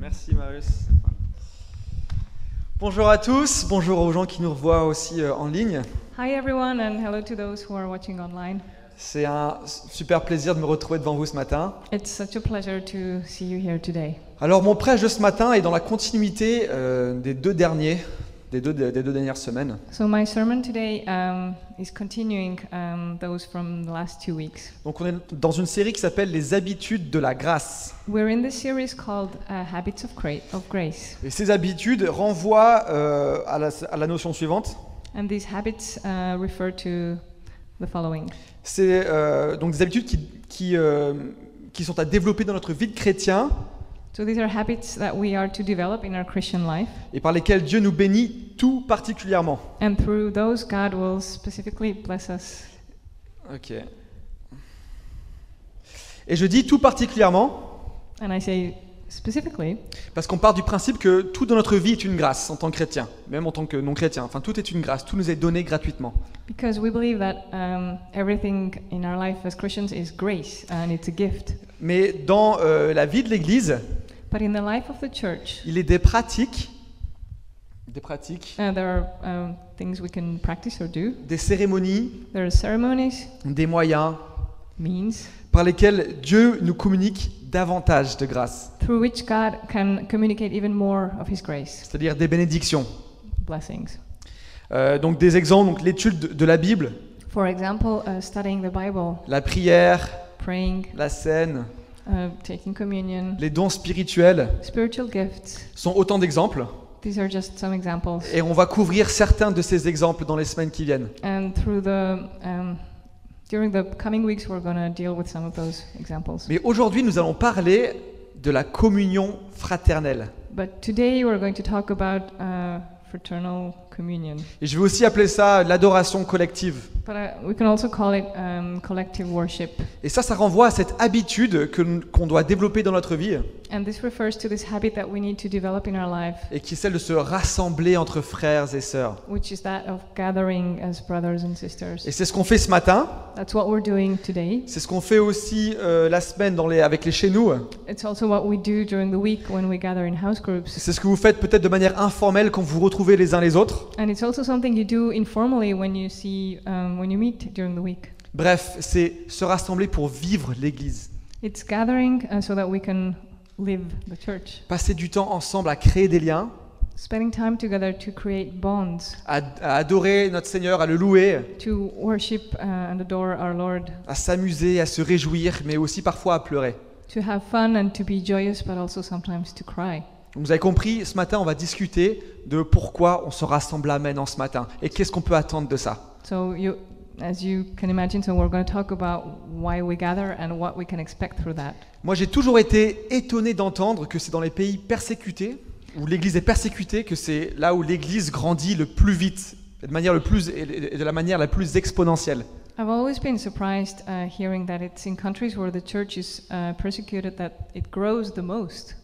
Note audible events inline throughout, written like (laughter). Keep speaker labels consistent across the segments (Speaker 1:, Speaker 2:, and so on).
Speaker 1: Merci Marius. Bonjour à tous, bonjour aux gens qui nous revoient aussi euh, en ligne.
Speaker 2: Hi everyone and hello to those who are watching online.
Speaker 1: C'est un super plaisir de me retrouver devant vous ce matin.
Speaker 2: It's such a pleasure to see you here today.
Speaker 1: Alors mon prêche de ce matin est dans la continuité euh, des deux derniers, des deux, des deux dernières semaines.
Speaker 2: So my sermon today um, is continuing um, those from the last two weeks.
Speaker 1: Donc on est dans une série qui s'appelle Les habitudes de la grâce.
Speaker 2: We're in this series called uh, Habits of, Gra- of Grace,
Speaker 1: Et ces habitudes renvoient euh, à, la, à la notion suivante.
Speaker 2: and these habits uh, refer to the following.
Speaker 1: C'est euh, donc des habitudes qui, qui, euh, qui sont à développer dans notre vie de chrétien
Speaker 2: So these are habits that we are to develop in our Christian life,
Speaker 1: et par lesquelles Dieu nous bénit tout particulièrement.
Speaker 2: and through those God will specifically bless us.
Speaker 1: Ok. Et je dis tout particulièrement
Speaker 2: And I say specifically
Speaker 1: parce qu'on part du principe que tout dans notre vie est une grâce en tant que chrétien, même en tant que non-chrétien. Enfin, tout est une grâce, tout nous est donné gratuitement.
Speaker 2: Because we believe that um, everything in our life as Christians is grace and it's a gift.
Speaker 1: Mais dans euh, la vie de l'Église,
Speaker 2: But in the life of the church,
Speaker 1: il est des pratiques, des pratiques,
Speaker 2: uh, there are um, things we can practice or do.
Speaker 1: des cérémonies,
Speaker 2: There are ceremonies,
Speaker 1: des moyens
Speaker 2: means,
Speaker 1: par lesquels Dieu nous communique davantage de grâce,
Speaker 2: through which God can communicate even more of His grace,
Speaker 1: c'est-à-dire des bénédictions.
Speaker 2: blessings.
Speaker 1: Euh, donc des exemples, donc l'étude de- de la Bible,
Speaker 2: For example, uh, studying the Bible,
Speaker 1: la prière,
Speaker 2: praying,
Speaker 1: la scène,
Speaker 2: uh, taking communion,
Speaker 1: les dons spirituels.
Speaker 2: spiritual gifts.
Speaker 1: sont autant d'exemples.
Speaker 2: These are just some examples.
Speaker 1: Et on va couvrir certains de ces exemples dans les semaines qui viennent.
Speaker 2: And through the um, during the coming weeks, we're going to deal with some of those examples.
Speaker 1: Mais aujourd'hui, nous allons parler de la communion fraternelle.
Speaker 2: But today we're going to talk about uh, fraternal communion.
Speaker 1: Et je vais aussi appeler ça l'adoration collective.
Speaker 2: But uh, we can also call it um, collective worship.
Speaker 1: Et ça, ça renvoie à cette habitude que- qu'on doit développer dans notre vie,
Speaker 2: And this refers to this habit that we need to develop in our life,
Speaker 1: et qui est celle de se rassembler entre frères et sœurs.
Speaker 2: which is that of gathering as brothers and sisters.
Speaker 1: Et c'est ce qu'on fait ce matin,
Speaker 2: That's what we're doing today.
Speaker 1: c'est ce qu'on fait aussi euh, la semaine dans les, avec les chez nous,
Speaker 2: It's also what we do during the week when we gather in house groups.
Speaker 1: c'est ce que vous faites peut-être de manière informelle quand vous vous retrouvez les uns les autres.
Speaker 2: And it's also something you do informally when you see, um, when you meet during the week.
Speaker 1: Bref, c'est se rassembler pour vivre l'Église.
Speaker 2: It's gathering uh, so that we can live the church,
Speaker 1: passer du temps ensemble à créer des liens,
Speaker 2: spending time together to create bonds.
Speaker 1: à, à adorer notre Seigneur, à le louer,
Speaker 2: to worship uh, and adore our Lord,
Speaker 1: à s'amuser, à se réjouir, mais aussi parfois à pleurer.
Speaker 2: to have fun and to be joyous, but also sometimes to cry.
Speaker 1: Donc vous avez compris, ce matin, on va discuter de pourquoi on se rassemble à Maine en ce matin et qu'est-ce qu'on peut attendre de ça.
Speaker 2: So you, as you can imagine, so we're going to talk about why we gather and what we can expect through that.
Speaker 1: Moi, j'ai toujours été étonné d'entendre que c'est dans les pays persécutés, où l'Église est persécutée, que c'est là où l'Église grandit le plus vite, de, manière le plus, et de la manière la plus exponentielle.
Speaker 2: I've always been surprised uh, hearing that it's in countries where the church is uh, persecuted that it grows the most.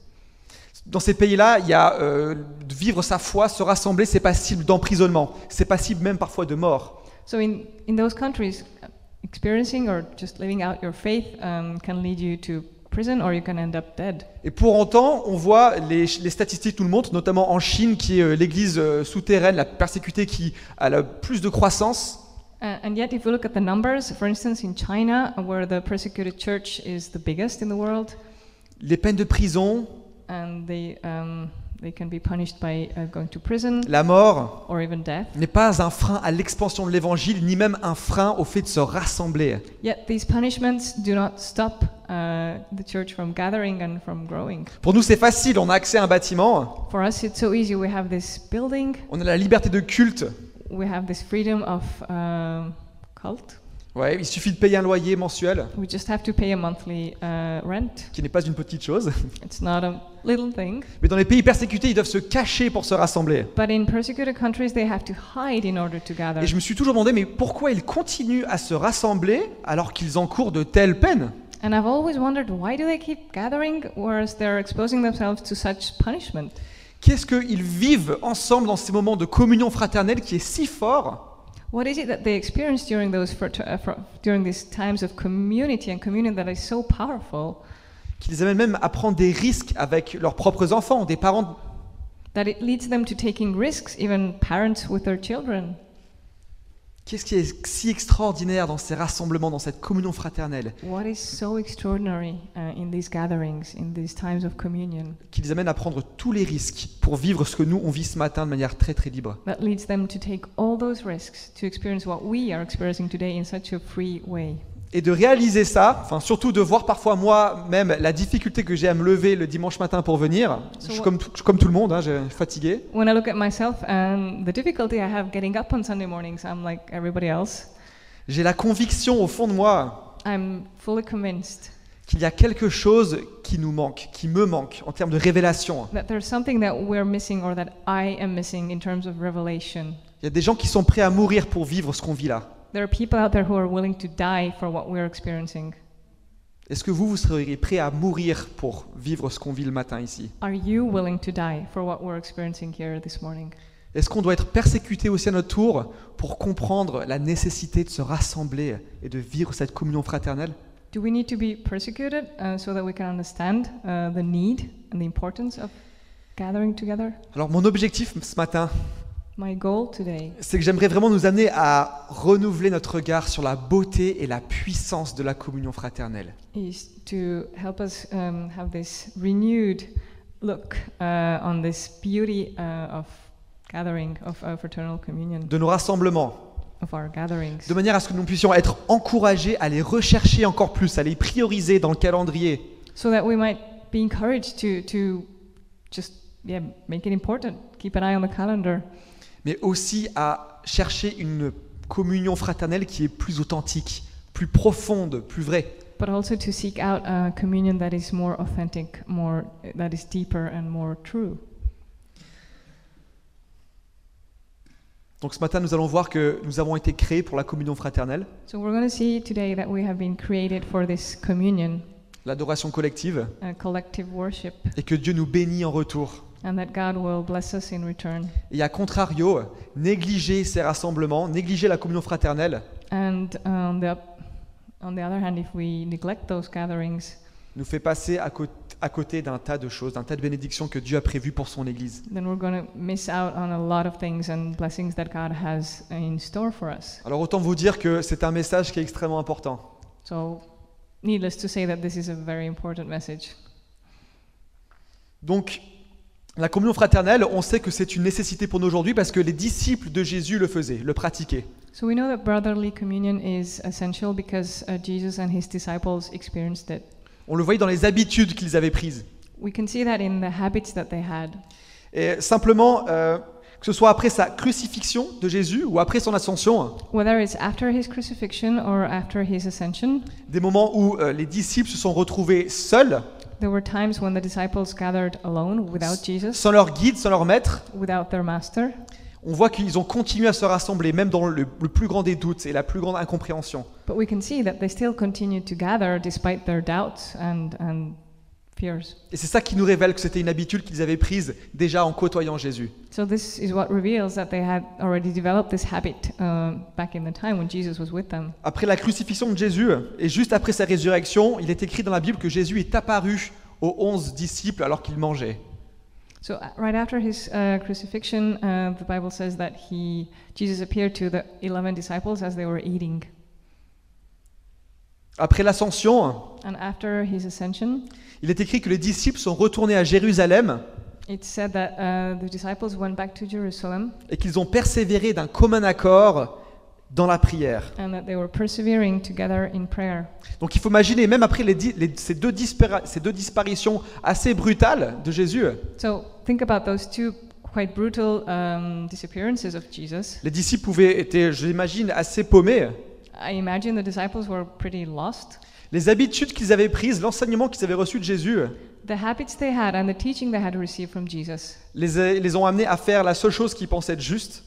Speaker 1: Dans ces pays-là, il y a euh, vivre sa foi, se rassembler, c'est passible d'emprisonnement, c'est passible même parfois de mort.
Speaker 2: So in, in those countries, uh, experiencing or just living out your faith um, can lead you to prison or you can end up dead.
Speaker 1: Et pour autant, on voit les, les statistiques nous le montrent, notamment en Chine, qui est euh, l'église euh, souterraine, la persécutée, qui a le plus de croissance.
Speaker 2: Uh, and yet, if you look at the numbers, for instance, in China, where the persecuted church is the biggest in the world,
Speaker 1: Les peines de prison,
Speaker 2: and they um, they can be punished by uh, going to prison
Speaker 1: la mort
Speaker 2: or even death.
Speaker 1: n'est pas un frein à l'expansion de l'évangile, ni même un frein au fait de se rassembler.
Speaker 2: Yet these punishments do not stop uh, the church from gathering and from growing.
Speaker 1: Pour nous, c'est facile, on a accès à un bâtiment,
Speaker 2: For us, it's so easy. We have this building,
Speaker 1: on a la liberté de culte.
Speaker 2: we have this freedom of um cult.
Speaker 1: Ouais, il suffit de payer un loyer mensuel,
Speaker 2: We just have to pay a monthly uh, rent.
Speaker 1: qui n'est pas une petite chose.
Speaker 2: It's not a little thing.
Speaker 1: Mais dans les pays persécutés, ils doivent se cacher pour se rassembler.
Speaker 2: But in persecuted countries, they have to hide in order to gather.
Speaker 1: Et je me suis toujours demandé, mais pourquoi ils continuent à se rassembler alors qu'ils encourent de telles peines
Speaker 2: And I've always wondered why do they keep gathering whereas they're exposing themselves to such punishment?
Speaker 1: Qu'est-ce qu'ils vivent ensemble dans ces moments de communion fraternelle qui est si fort
Speaker 2: What is it that they experience during those frater- uh, fr- during these times of community and communion that is so powerful
Speaker 1: qui les amène même à prendre des risques avec leurs propres enfants, des parents.
Speaker 2: that it leads them to taking risks, even parents with their children.
Speaker 1: Qu'est-ce qui est si extraordinaire dans ces rassemblements, dans cette communion fraternelle,
Speaker 2: What is so extraordinary uh, in these gatherings, in these times of communion,
Speaker 1: qui les amène à prendre tous les risques pour vivre ce que nous, on vit ce matin de manière très très libre
Speaker 2: that leads them to take all those risks, to experience what we are experiencing today in such a free way?
Speaker 1: Et de réaliser ça, enfin surtout de voir parfois moi-même la difficulté que j'ai à me lever le dimanche matin pour venir. Je suis
Speaker 2: So-
Speaker 1: comme, tout- je suis comme tout le monde, hein, je je suis fatigué.
Speaker 2: When I look at myself and the difficulty I have getting up on Sunday mornings, I'm like everybody else.
Speaker 1: J'ai la conviction au fond de moi
Speaker 2: I'm fully convinced
Speaker 1: qu'il y a quelque chose qui nous manque, qui me manque en termes de révélation.
Speaker 2: that there's something that we're missing or that I am missing in terms of revelation.
Speaker 1: Il y a des gens qui sont prêts à mourir pour vivre ce qu'on vit là.
Speaker 2: There are people out there who are willing to die for what we're experiencing.
Speaker 1: Est-ce que vous, vous seriez prêt à mourir pour vivre ce qu'on vit le matin ici
Speaker 2: Are you willing to die for what we're experiencing here this morning?
Speaker 1: Est-ce qu'on doit être persécuté aussi à notre tour pour comprendre la nécessité de se rassembler et de vivre cette communion fraternelle
Speaker 2: Do we need to be persecuted uh, so that we can understand uh, the need and the importance of gathering together?
Speaker 1: Alors mon objectif ce matin,
Speaker 2: My goal today
Speaker 1: c'est que j'aimerais vraiment nous amener à renouveler notre regard sur la beauté et la puissance de la communion fraternelle.
Speaker 2: is to help us um, have this renewed look uh, on this beauty uh, of gathering, of our fraternal communion,
Speaker 1: de nos rassemblements,
Speaker 2: of our gatherings,
Speaker 1: de manière à ce que nous puissions être encouragés à les rechercher encore plus, à les prioriser dans le calendrier,
Speaker 2: so that we might be encouraged to, to just yeah, make it important, keep an eye on the calendar,
Speaker 1: mais aussi à chercher une communion fraternelle qui est plus authentique, plus profonde, plus vraie.
Speaker 2: but also to seek out a communion that is more authentic, more that is deeper and more true.
Speaker 1: Donc ce matin, nous allons voir que nous avons été créés pour la communion fraternelle,
Speaker 2: So we're going to see today that we have been created for this communion,
Speaker 1: l'adoration collective,
Speaker 2: uh, collective worship,
Speaker 1: et que Dieu nous bénit en retour.
Speaker 2: and that God will bless us in return.
Speaker 1: Et à contrario, négliger ces rassemblements, négliger la communion fraternelle,
Speaker 2: And on the, on the other hand, if we neglect those gatherings,
Speaker 1: nous fait passer à côté, à côté d'un tas de choses, d'un tas de bénédictions que Dieu a prévues pour son Église.
Speaker 2: then we're going to miss out on a lot of things and blessings that God has in store for us.
Speaker 1: Alors autant vous dire que c'est un message qui est extrêmement important.
Speaker 2: So, needless to say, that this is a very important message.
Speaker 1: Donc, la communion fraternelle, on sait que c'est une nécessité pour nous aujourd'hui parce que les disciples de Jésus le faisaient, le pratiquaient.
Speaker 2: So, we know that brotherly communion is essential because uh, Jesus and his disciples experienced it.
Speaker 1: On le voyait dans les habitudes qu'ils avaient prises.
Speaker 2: We can see that in the habits that they had.
Speaker 1: Et simplement, euh, que ce soit après sa crucifixion de Jésus ou après son ascension, hein,
Speaker 2: Whether it's after his crucifixion or after his ascension,
Speaker 1: des moments où euh, les disciples se sont retrouvés seuls,
Speaker 2: there were times when the disciples gathered alone without Jesus,
Speaker 1: sans leur guide, sans leur maître,
Speaker 2: without their master.
Speaker 1: on voit qu'ils ont continué à se rassembler, même dans le, le plus grand des doutes et la plus grande incompréhension.
Speaker 2: But we can see that they still continue to gather despite their doubts and, and fears.
Speaker 1: Et c'est ça qui nous révèle que c'était une habitude qu'ils avaient prise déjà en côtoyant Jésus.
Speaker 2: So this is what reveals that they had already developed this habit uh, back in the time when Jesus was with them.
Speaker 1: Après la crucifixion de Jésus et juste après sa résurrection, il est écrit dans la Bible que Jésus est apparu aux onze disciples alors qu'ils mangeaient.
Speaker 2: So uh, right after his uh, crucifixion, uh, the Bible says that he Jesus appeared to the eleven disciples as they were eating,
Speaker 1: Après l'ascension,
Speaker 2: and after his ascension,
Speaker 1: il est écrit que les disciples sont retournés à Jérusalem
Speaker 2: it said that uh, the disciples went back to Jerusalem
Speaker 1: et qu'ils ont persévéré d'un commun accord dans la prière.
Speaker 2: and that they were persevering together in prayer.
Speaker 1: Donc il faut imaginer, même après les di- les- ces, deux dispara- ces deux disparitions assez brutales de Jésus,
Speaker 2: So think about those two quite brutal um, disappearances of Jesus.
Speaker 1: les disciples pouvaient être, je l'imagine, assez paumés.
Speaker 2: I imagine the disciples were pretty lost.
Speaker 1: Les habitudes qu'ils avaient prises, l'enseignement qu'ils avaient reçu de Jésus,
Speaker 2: The habits they had and the teaching they had received from Jesus
Speaker 1: les, a- les ont amenés à faire la seule chose qu'ils pensaient être juste,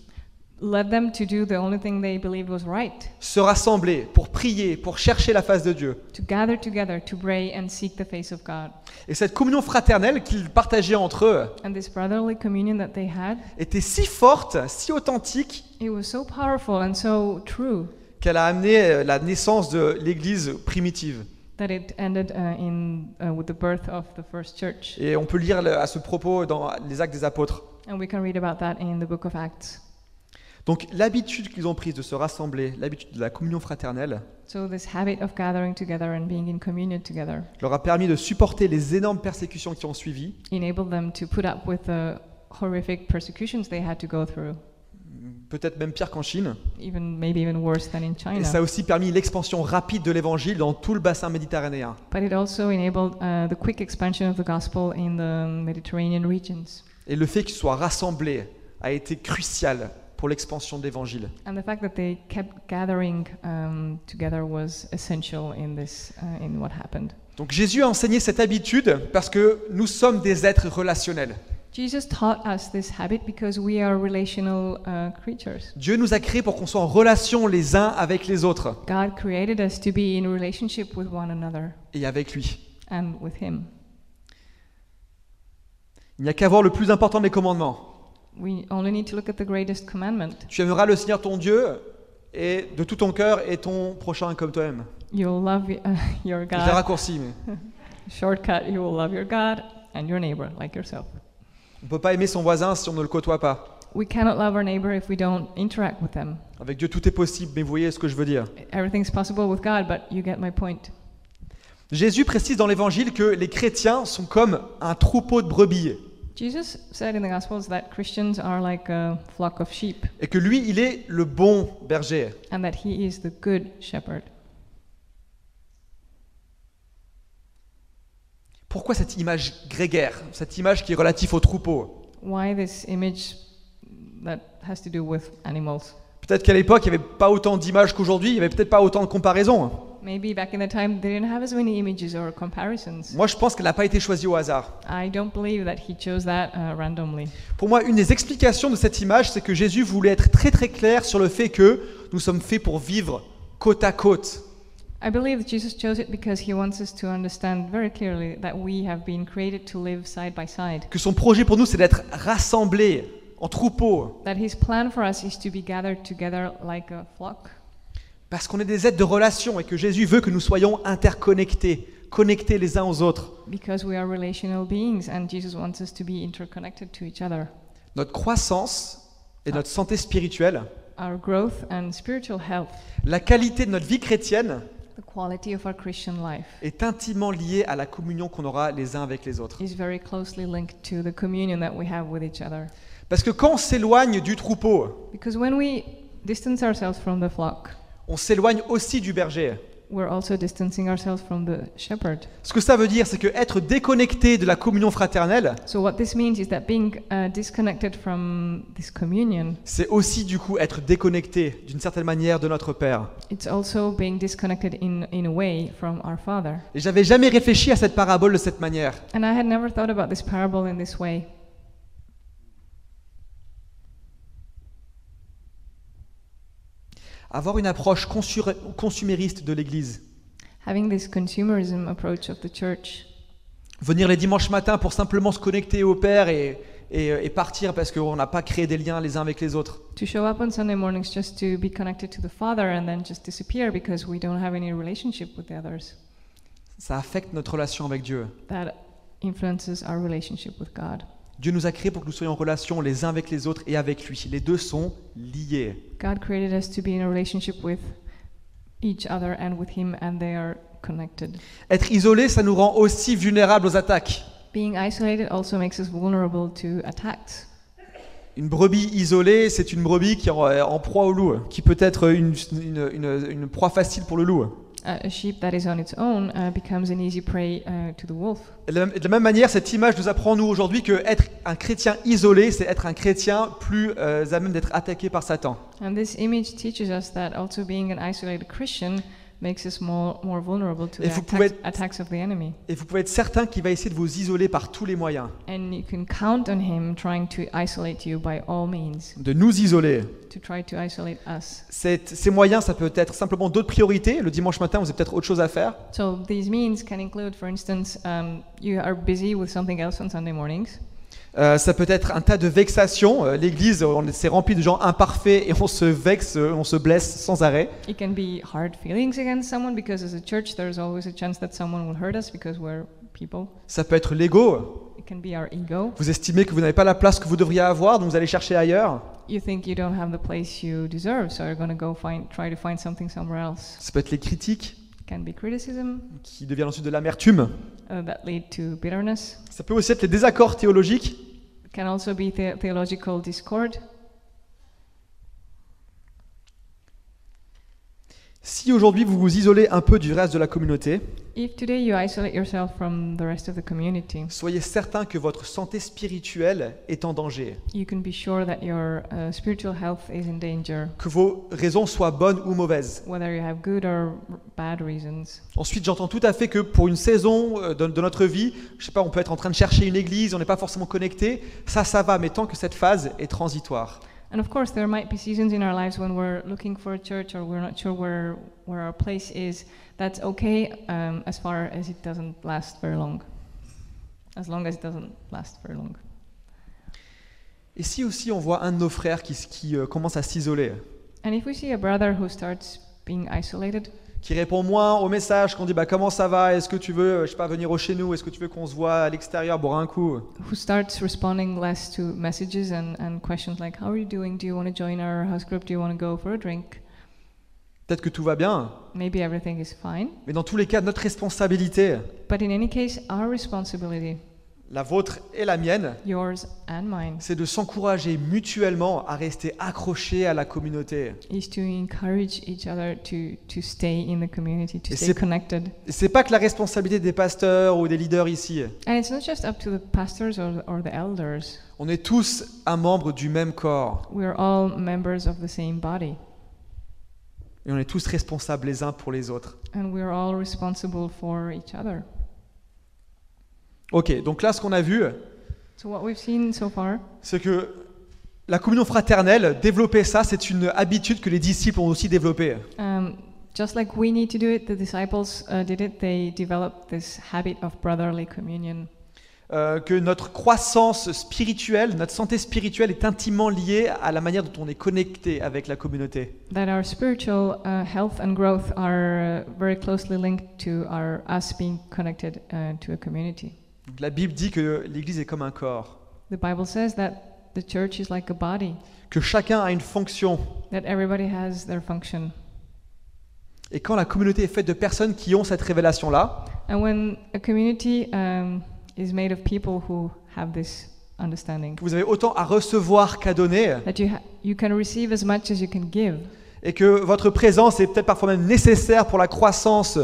Speaker 2: led them to do the only thing they believed was right
Speaker 1: se rassembler pour prier, pour chercher la face de Dieu.
Speaker 2: to gather together to pray and seek the face of God.
Speaker 1: Et cette communion fraternelle qu'ils partageaient entre eux
Speaker 2: And this brotherly communion that they had,
Speaker 1: était si forte, si authentique,
Speaker 2: it was so powerful and so true
Speaker 1: qu'elle a amené euh, la naissance de l'Église primitive.
Speaker 2: that it ended uh, in uh, with the birth of the first church,
Speaker 1: Et on peut lire le- à ce propos dans les Actes des Apôtres.
Speaker 2: and we can read about that in the book of Acts.
Speaker 1: Donc l'habitude qu'ils ont prise de se rassembler, l'habitude de la communion fraternelle,
Speaker 2: So this habit of gathering together and being in communion together
Speaker 1: leur a permis de supporter les énormes persécutions qui ont suivi,
Speaker 2: enabled them to put up with the horrific persecutions they had to go through,
Speaker 1: peut-être même pire qu'en Chine.
Speaker 2: even maybe even worse than in
Speaker 1: Et
Speaker 2: China.
Speaker 1: ça a aussi permis l'expansion rapide de l'évangile dans tout le bassin méditerranéen.
Speaker 2: But it also enabled uh, the quick expansion of the gospel in the Mediterranean regions.
Speaker 1: Et le fait qu'ils soient rassemblés a été crucial pour l'expansion de l'évangile.
Speaker 2: And the fact that they kept gathering um, together was essential in this, uh, in what happened.
Speaker 1: Donc Jésus a enseigné cette habitude parce que nous sommes des êtres relationnels.
Speaker 2: Jesus taught us this habit because we are relational uh, creatures.
Speaker 1: Dieu nous a créés pour qu'on soit en relation les uns avec les autres
Speaker 2: God created us to be in relationship with one another
Speaker 1: et avec lui.
Speaker 2: and with Him.
Speaker 1: Il n'y a qu'à voir le plus important des commandements.
Speaker 2: We only need to look at the greatest commandment.
Speaker 1: Tu aimeras le Seigneur ton Dieu et de tout ton cœur et ton prochain comme toi-même.
Speaker 2: You'll love y- (laughs) uh, your
Speaker 1: Je l'ai
Speaker 2: God.
Speaker 1: raccourci, mais
Speaker 2: Shortcut, you will love your God and your neighbor like yourself.
Speaker 1: on ne peut pas aimer son voisin si on ne le côtoie pas.
Speaker 2: We cannot love our neighbor if we don't interact with them.
Speaker 1: Avec Dieu, tout est possible, mais vous voyez ce que je veux dire.
Speaker 2: Everything's possible with God, but you get my point.
Speaker 1: Jésus précise dans l'évangile que les chrétiens sont comme un troupeau de brebis
Speaker 2: Jesus said in the Gospels that Christians are like a flock of sheep
Speaker 1: et que lui, il est le bon berger.
Speaker 2: and that he is the good shepherd.
Speaker 1: Pourquoi cette image grégaire, cette image qui est relative au troupeau
Speaker 2: Why this image that has to do with animals?
Speaker 1: Peut-être qu'à l'époque, il n'y avait pas autant d'images qu'aujourd'hui, il n'y avait peut-être pas autant de comparaisons.
Speaker 2: Maybe back in the time they didn't have as many images or comparisons.
Speaker 1: Moi, je pense qu'elle n'a pas été choisie au hasard.
Speaker 2: I don't believe that he chose that uh, randomly.
Speaker 1: Pour moi, une des explications de cette image, c'est que Jésus voulait être très très clair sur le fait que nous sommes faits pour vivre côte à côte.
Speaker 2: I believe that Jesus chose it because he wants us to understand very clearly that we have been created to live side by side.
Speaker 1: Que son projet pour nous, c'est d'être rassemblés en troupeau.
Speaker 2: That his plan for us is to be gathered together like a flock.
Speaker 1: Parce qu'on est des êtres de relation et que Jésus veut que nous soyons interconnectés, connectés les uns aux autres.
Speaker 2: Because we are relational beings and Jesus wants us to be interconnected to each other.
Speaker 1: Notre croissance et notre santé spirituelle,
Speaker 2: Our growth and spiritual health,
Speaker 1: la qualité de notre vie chrétienne
Speaker 2: the quality of our Christian life,
Speaker 1: est intimement liée à la communion qu'on aura les uns avec les autres.
Speaker 2: is very closely linked to the communion that we have with each other.
Speaker 1: Parce que quand on s'éloigne du troupeau,
Speaker 2: Because when we distance ourselves from the flock,
Speaker 1: on s'éloigne aussi du berger.
Speaker 2: we're also distancing ourselves from the shepherd.
Speaker 1: Ce que ça veut dire, c'est que être déconnecté de la communion fraternelle,
Speaker 2: So, what this means is that being uh, disconnected from this communion,
Speaker 1: c'est aussi du coup être déconnecté d'une certaine manière de notre Père.
Speaker 2: it's also being disconnected in, in a way from our Father.
Speaker 1: Et j'avais jamais réfléchi à cette parabole de cette manière.
Speaker 2: And I had never thought about this parable in this way.
Speaker 1: Avoir une approche consur- consumériste de l'Église,
Speaker 2: Having this consumerism approach of the church,
Speaker 1: venir les dimanches matins pour simplement se connecter au Père et, et- euh, et partir parce qu'on n'a pas créé des liens les uns avec les autres.
Speaker 2: to show up on Sunday mornings just to be connected to the Father and then just disappear because we don't have any relationship with the others,
Speaker 1: Ça affecte notre relation avec Dieu.
Speaker 2: that influences our relationship with God.
Speaker 1: Dieu nous a créés pour que nous soyons en relation les uns avec les autres et avec lui. Les deux sont liés.
Speaker 2: God created us to be in a relationship with each other and with Him, and they are connected.
Speaker 1: Être isolé, ça nous rend aussi vulnérables aux attaques.
Speaker 2: Being isolated also makes us vulnerable to attacks.
Speaker 1: Une brebis isolée, c'est une brebis qui est en, euh, en proie au loup, qui peut être une, une- une- une proie facile pour le loup.
Speaker 2: Uh, a sheep that is on its own uh, becomes an easy prey uh, to the wolf.
Speaker 1: Et de la même- de la même manière, cette image nous apprend, nous, aujourd'hui, que être un chrétien isolé, c'est être un chrétien plus euh, à même d'être attaqué par Satan.
Speaker 2: And this image teaches us that also being an isolated Christian makes us more, more vulnerable to
Speaker 1: Et
Speaker 2: the
Speaker 1: vous
Speaker 2: attacks,
Speaker 1: pouvez-
Speaker 2: attacks of the enemy.
Speaker 1: Et vous pouvez être certain qu'il va essayer de vous isoler par tous les moyens,
Speaker 2: And you can count on him trying to isolate you by all means,
Speaker 1: de nous isoler.
Speaker 2: to try to isolate us.
Speaker 1: Cette- ces moyens, ça peut être simplement d'autres priorités. Le dimanche matin, vous avez peut-être autre chose à faire.
Speaker 2: So these means can include, for instance, um, you are busy with something else on Sunday mornings.
Speaker 1: Euh, ça peut être un tas de vexations. Euh, L'Église, on s'est rempli de gens imparfaits et on se vexe, euh, on se blesse sans arrêt.
Speaker 2: It can be hard feelings against someone because as a church there's always a chance that someone will hurt us because we're people.
Speaker 1: Ça peut être l'ego.
Speaker 2: It can be our ego.
Speaker 1: Vous estimez que vous n'avez pas la place que vous devriez avoir, donc vous allez chercher ailleurs.
Speaker 2: You think you don't have the place you deserve, so you're going to go find try to find something somewhere else.
Speaker 1: Ça peut être les critiques
Speaker 2: It can be criticism
Speaker 1: qui deviennent ensuite de l'amertume.
Speaker 2: uh, that lead to bitterness.
Speaker 1: Ça peut aussi être les désaccords théologiques.
Speaker 2: It can also be the- theological discord.
Speaker 1: Si aujourd'hui vous vous isolez un peu du reste de la communauté,
Speaker 2: If today you isolate yourself from the rest of the community,
Speaker 1: soyez certain que votre santé spirituelle est en danger,
Speaker 2: you can be sure that your uh, spiritual health is in danger,
Speaker 1: que vos raisons soient bonnes ou mauvaises.
Speaker 2: whether you have good or r- bad reasons.
Speaker 1: Ensuite, j'entends tout à fait que pour une saison euh, de, de notre vie, je sais pas, on peut être en train de chercher une église, on n'est pas forcément connecté, ça, ça va, mais tant que cette phase est transitoire.
Speaker 2: And of course, there might be seasons in our lives when we're looking for a church or we're not sure where, where our place is. That's okay um, as far as it doesn't last very long. As long as it doesn't last very long.
Speaker 1: Et si aussi on voit un de nos frères qui, s- qui, euh, commence à s'isoler,
Speaker 2: And if we see a brother who starts being isolated,
Speaker 1: qui répond moins aux messages, qu'on dit bah comment ça va, est-ce que tu veux, euh, je sais pas, venir au chez nous, est-ce que tu veux qu'on se voit à l'extérieur boire un coup
Speaker 2: who starts responding less to messages and, and questions like, How are you doing? Do you want to join our house group? Do you want to go for a drink?
Speaker 1: Peut-être que tout va bien,
Speaker 2: Maybe everything is fine.
Speaker 1: mais dans tous les cas, notre responsabilité,
Speaker 2: But in any case, our responsibility,
Speaker 1: la vôtre et la mienne,
Speaker 2: yours and mine,
Speaker 1: c'est de s'encourager mutuellement à rester accrochés à la communauté.
Speaker 2: is to encourage each other to, to stay in the community, to
Speaker 1: Et
Speaker 2: stay
Speaker 1: c'est-
Speaker 2: connected.
Speaker 1: Et C'est pas que la responsabilité des pasteurs ou des leaders ici.
Speaker 2: And it's not just up to the pastors or, or the elders.
Speaker 1: On est tous un membre du même corps
Speaker 2: We are all members of the same body,
Speaker 1: et on est tous responsables les uns pour les autres.
Speaker 2: and we are all responsible for each other.
Speaker 1: Ok, donc là, ce qu'on a vu,
Speaker 2: So, what we've seen so far
Speaker 1: c'est que la communion fraternelle, développer ça, c'est une habitude que les disciples ont aussi développée.
Speaker 2: Um, just like we need to do it, the disciples uh, did it. They developed this habit of brotherly communion.
Speaker 1: Euh, que notre croissance spirituelle, notre santé spirituelle est intimement liée à la manière dont on est connecté avec la communauté.
Speaker 2: That our spiritual uh, health and growth are uh, very closely linked to our us being connected uh, to a community.
Speaker 1: Donc, La Bible dit que l'Église est comme un corps,
Speaker 2: The Bible says that the church is like a body,
Speaker 1: que chacun a une fonction.
Speaker 2: that everybody has their function.
Speaker 1: Et quand la communauté est faite de personnes qui ont cette révélation-là,
Speaker 2: And when a community um, is made of people who have this understanding,
Speaker 1: que vous avez autant à recevoir qu'à donner,
Speaker 2: that you ha- you can receive as much as you can give,
Speaker 1: et que votre présence est peut-être parfois même nécessaire pour la croissance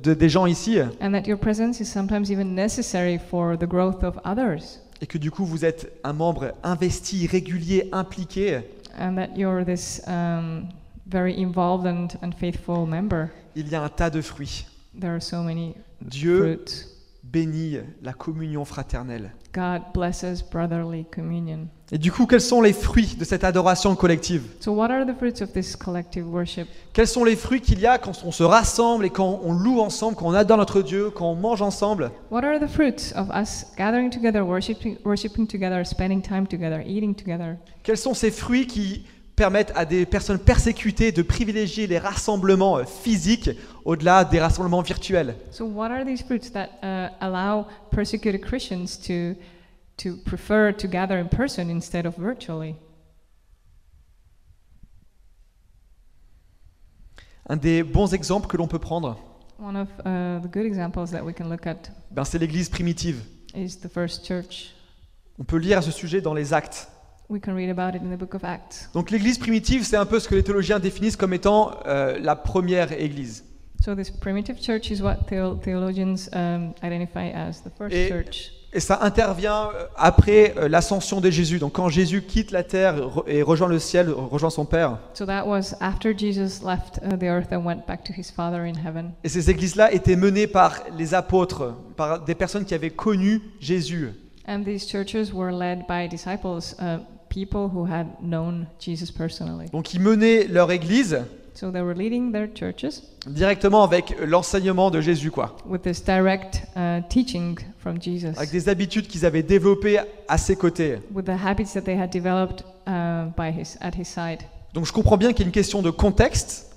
Speaker 1: de- des gens ici,
Speaker 2: and that your presence is sometimes even necessary for the growth of others,
Speaker 1: et que du coup vous êtes un membre investi, régulier, impliqué,
Speaker 2: and that you're this um, very involved and, and faithful member.
Speaker 1: il y a un tas de fruits.
Speaker 2: There are so many
Speaker 1: Dieu
Speaker 2: fruits.
Speaker 1: bénit la communion fraternelle.
Speaker 2: God blesses brotherly communion.
Speaker 1: Et du coup, quels sont les fruits de cette adoration collective
Speaker 2: So, what are the fruits of this collective worship?
Speaker 1: Quels sont les fruits qu'il y a quand on se rassemble et quand on loue ensemble, quand on adore notre Dieu, quand on mange ensemble
Speaker 2: What are the fruits of us gathering together, worshiping, worshiping together, spending time together, eating together?
Speaker 1: Quels sont ces fruits qui permettent à des personnes persécutées de privilégier les rassemblements euh, physiques au-delà des rassemblements virtuels
Speaker 2: So, what are these fruits that uh, allow persecuted Christians to to prefer to gather in person instead of virtually?
Speaker 1: Un des bons exemples que l'on peut prendre,
Speaker 2: One of uh, the good examples that we can look at
Speaker 1: ben, c'est l'Église primitive.
Speaker 2: is the first church.
Speaker 1: On peut lire à ce sujet dans les actes.
Speaker 2: We can read about it in the book of Acts.
Speaker 1: Donc l'Église primitive, c'est un peu ce que les théologiens définissent comme étant euh, la première Église.
Speaker 2: So this primitive church is what theo- theologians um, identify as the first
Speaker 1: Et-
Speaker 2: church.
Speaker 1: Et ça intervient euh, après euh, l'ascension de Jésus. Donc quand Jésus quitte la terre re- et rejoint le ciel, rejoint son Père.
Speaker 2: So that was after Jesus left uh, the earth and went back to his Father in heaven.
Speaker 1: Et ces églises-là étaient menées par les apôtres, par des personnes qui avaient connu Jésus.
Speaker 2: And these churches were led by disciples, uh, people who had known Jesus personally.
Speaker 1: Donc ils menaient leur église
Speaker 2: So they were leading their churches
Speaker 1: directement avec l'enseignement de Jésus, quoi.
Speaker 2: with this direct uh, teaching from Jesus,
Speaker 1: Avec des habitudes qu'ils avaient développées à ses côtés.
Speaker 2: with the habits that they had developed uh, by his at his side.
Speaker 1: Donc je comprends bien qu'il y a une question de contexte,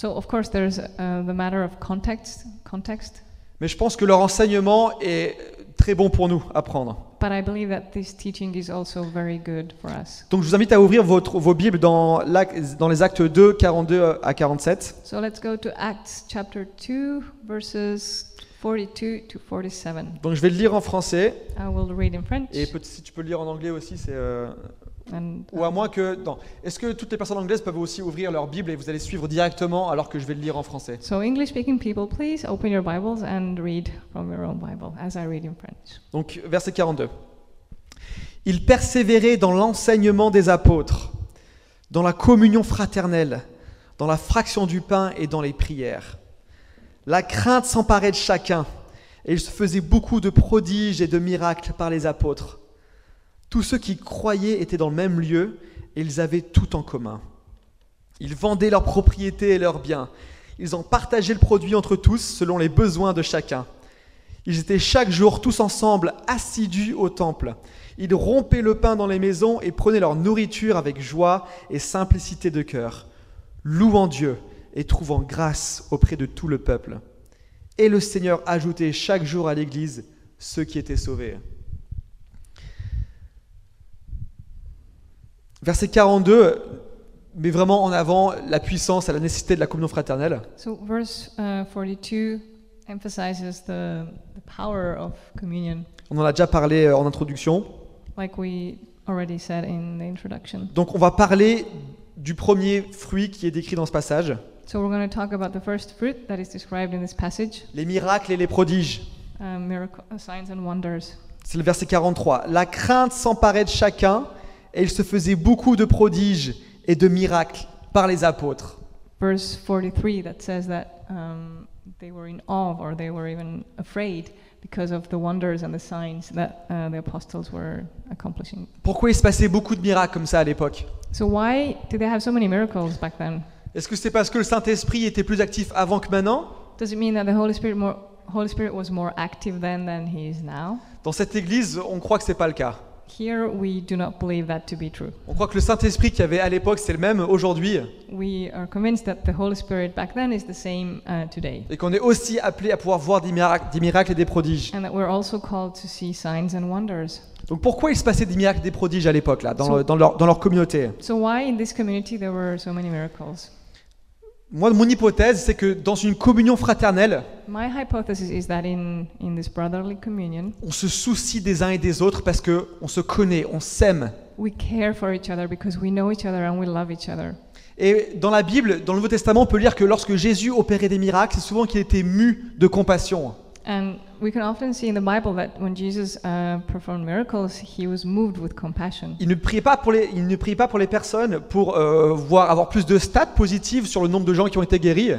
Speaker 2: So of course there's uh, the matter of context, context.
Speaker 1: mais je pense que leur enseignement est très bon pour nous à prendre.
Speaker 2: But I believe that this teaching is also very good for us.
Speaker 1: Donc je vous invite à ouvrir votre- vos Bibles dans, l'ac- dans les actes 2, 42 à 47.
Speaker 2: So let's go to Acts chapter 2, verses 42 to 47.
Speaker 1: Donc je vais le lire en français,
Speaker 2: I will read in French.
Speaker 1: et peut- si tu peux le lire en anglais aussi, c'est... euh,
Speaker 2: and uh,
Speaker 1: Ou à moins que... Non. Est-ce que toutes les personnes anglaises peuvent aussi ouvrir leur Bible et vous allez suivre directement alors que je vais le lire en français
Speaker 2: So, English speaking people, please open your Bibles and read from your own Bible as I read in French.
Speaker 1: Donc, verset 42. Ils persévéraient dans l'enseignement des apôtres, dans la communion fraternelle, dans la fraction du pain et dans les prières. La crainte s'emparait de chacun, et il se faisait beaucoup de prodiges et de miracles par les apôtres. Tous ceux qui croyaient étaient dans le même lieu, et ils avaient tout en commun. Ils vendaient leurs propriétés et leurs biens. Ils en partageaient le produit entre tous selon les besoins de chacun. Ils étaient chaque jour tous ensemble assidus au temple. Ils rompaient le pain dans les maisons et prenaient leur nourriture avec joie et simplicité de cœur, louant Dieu et trouvant grâce auprès de tout le peuple. Et le Seigneur ajoutait chaque jour à l'Église ceux qui étaient sauvés. Verset 42 met vraiment en avant la puissance et la nécessité de la communion fraternelle.
Speaker 2: So, verse uh, 42 emphasizes the, the power of communion,
Speaker 1: On en a déjà parlé euh, en introduction.
Speaker 2: like we already said in the introduction.
Speaker 1: Donc on va parler du premier fruit qui est décrit dans ce passage,
Speaker 2: So, we're going to talk about the first fruit that is described in this passage
Speaker 1: les miracles et les prodiges.
Speaker 2: uh, miracle, uh, signs and wonders.
Speaker 1: C'est le verset 43. La crainte s'emparait de chacun et il se faisait beaucoup de prodiges et de miracles par les apôtres.
Speaker 2: verse 43 that says that um, they were in awe or they were even afraid because of the wonders and the signs that uh, the apostles were accomplishing.
Speaker 1: Pourquoi il se passait beaucoup de miracles comme ça à l'époque
Speaker 2: So why did they have so many miracles back then?
Speaker 1: Est-ce que c'est parce que le Saint-Esprit était plus actif avant que maintenant
Speaker 2: Does it mean that the Holy Spirit more Holy Spirit was more active then than he is now?
Speaker 1: Dans cette église, on croit que c'est pas le cas.
Speaker 2: Here we do not believe that to be true.
Speaker 1: On croit que le Saint-Esprit qu'il y avait à l'époque, c'est le même aujourd'hui
Speaker 2: We are convinced that the Holy Spirit back then is the same uh, today,
Speaker 1: et qu'on est aussi appelé à pouvoir voir des miracles, des miracles et des prodiges.
Speaker 2: and that we're also called to see signs and wonders.
Speaker 1: Donc pourquoi il se passait des miracles et des prodiges à l'époque, là, dans, le- dans leur- dans leur communauté
Speaker 2: So why in this community there were so many miracles?
Speaker 1: Moi, mon hypothèse, c'est que dans une communion fraternelle,
Speaker 2: My hypothesis is that in, in this brotherly communion,
Speaker 1: on se soucie des uns et des autres parce que on se connaît, on s'aime.
Speaker 2: we care for each other because we know each other and we love each other.
Speaker 1: Et dans la Bible, dans le Nouveau Testament, on peut lire que lorsque Jésus opérait des miracles, c'est souvent qu'il était mu de compassion.
Speaker 2: And we can often see in the Bible that when Jesus uh, performed miracles, he was moved with compassion.
Speaker 1: Il ne priait pas pour les, il ne priait pas pour les personnes pour euh, voir avoir plus de stats positives sur le nombre de gens qui ont été guéris.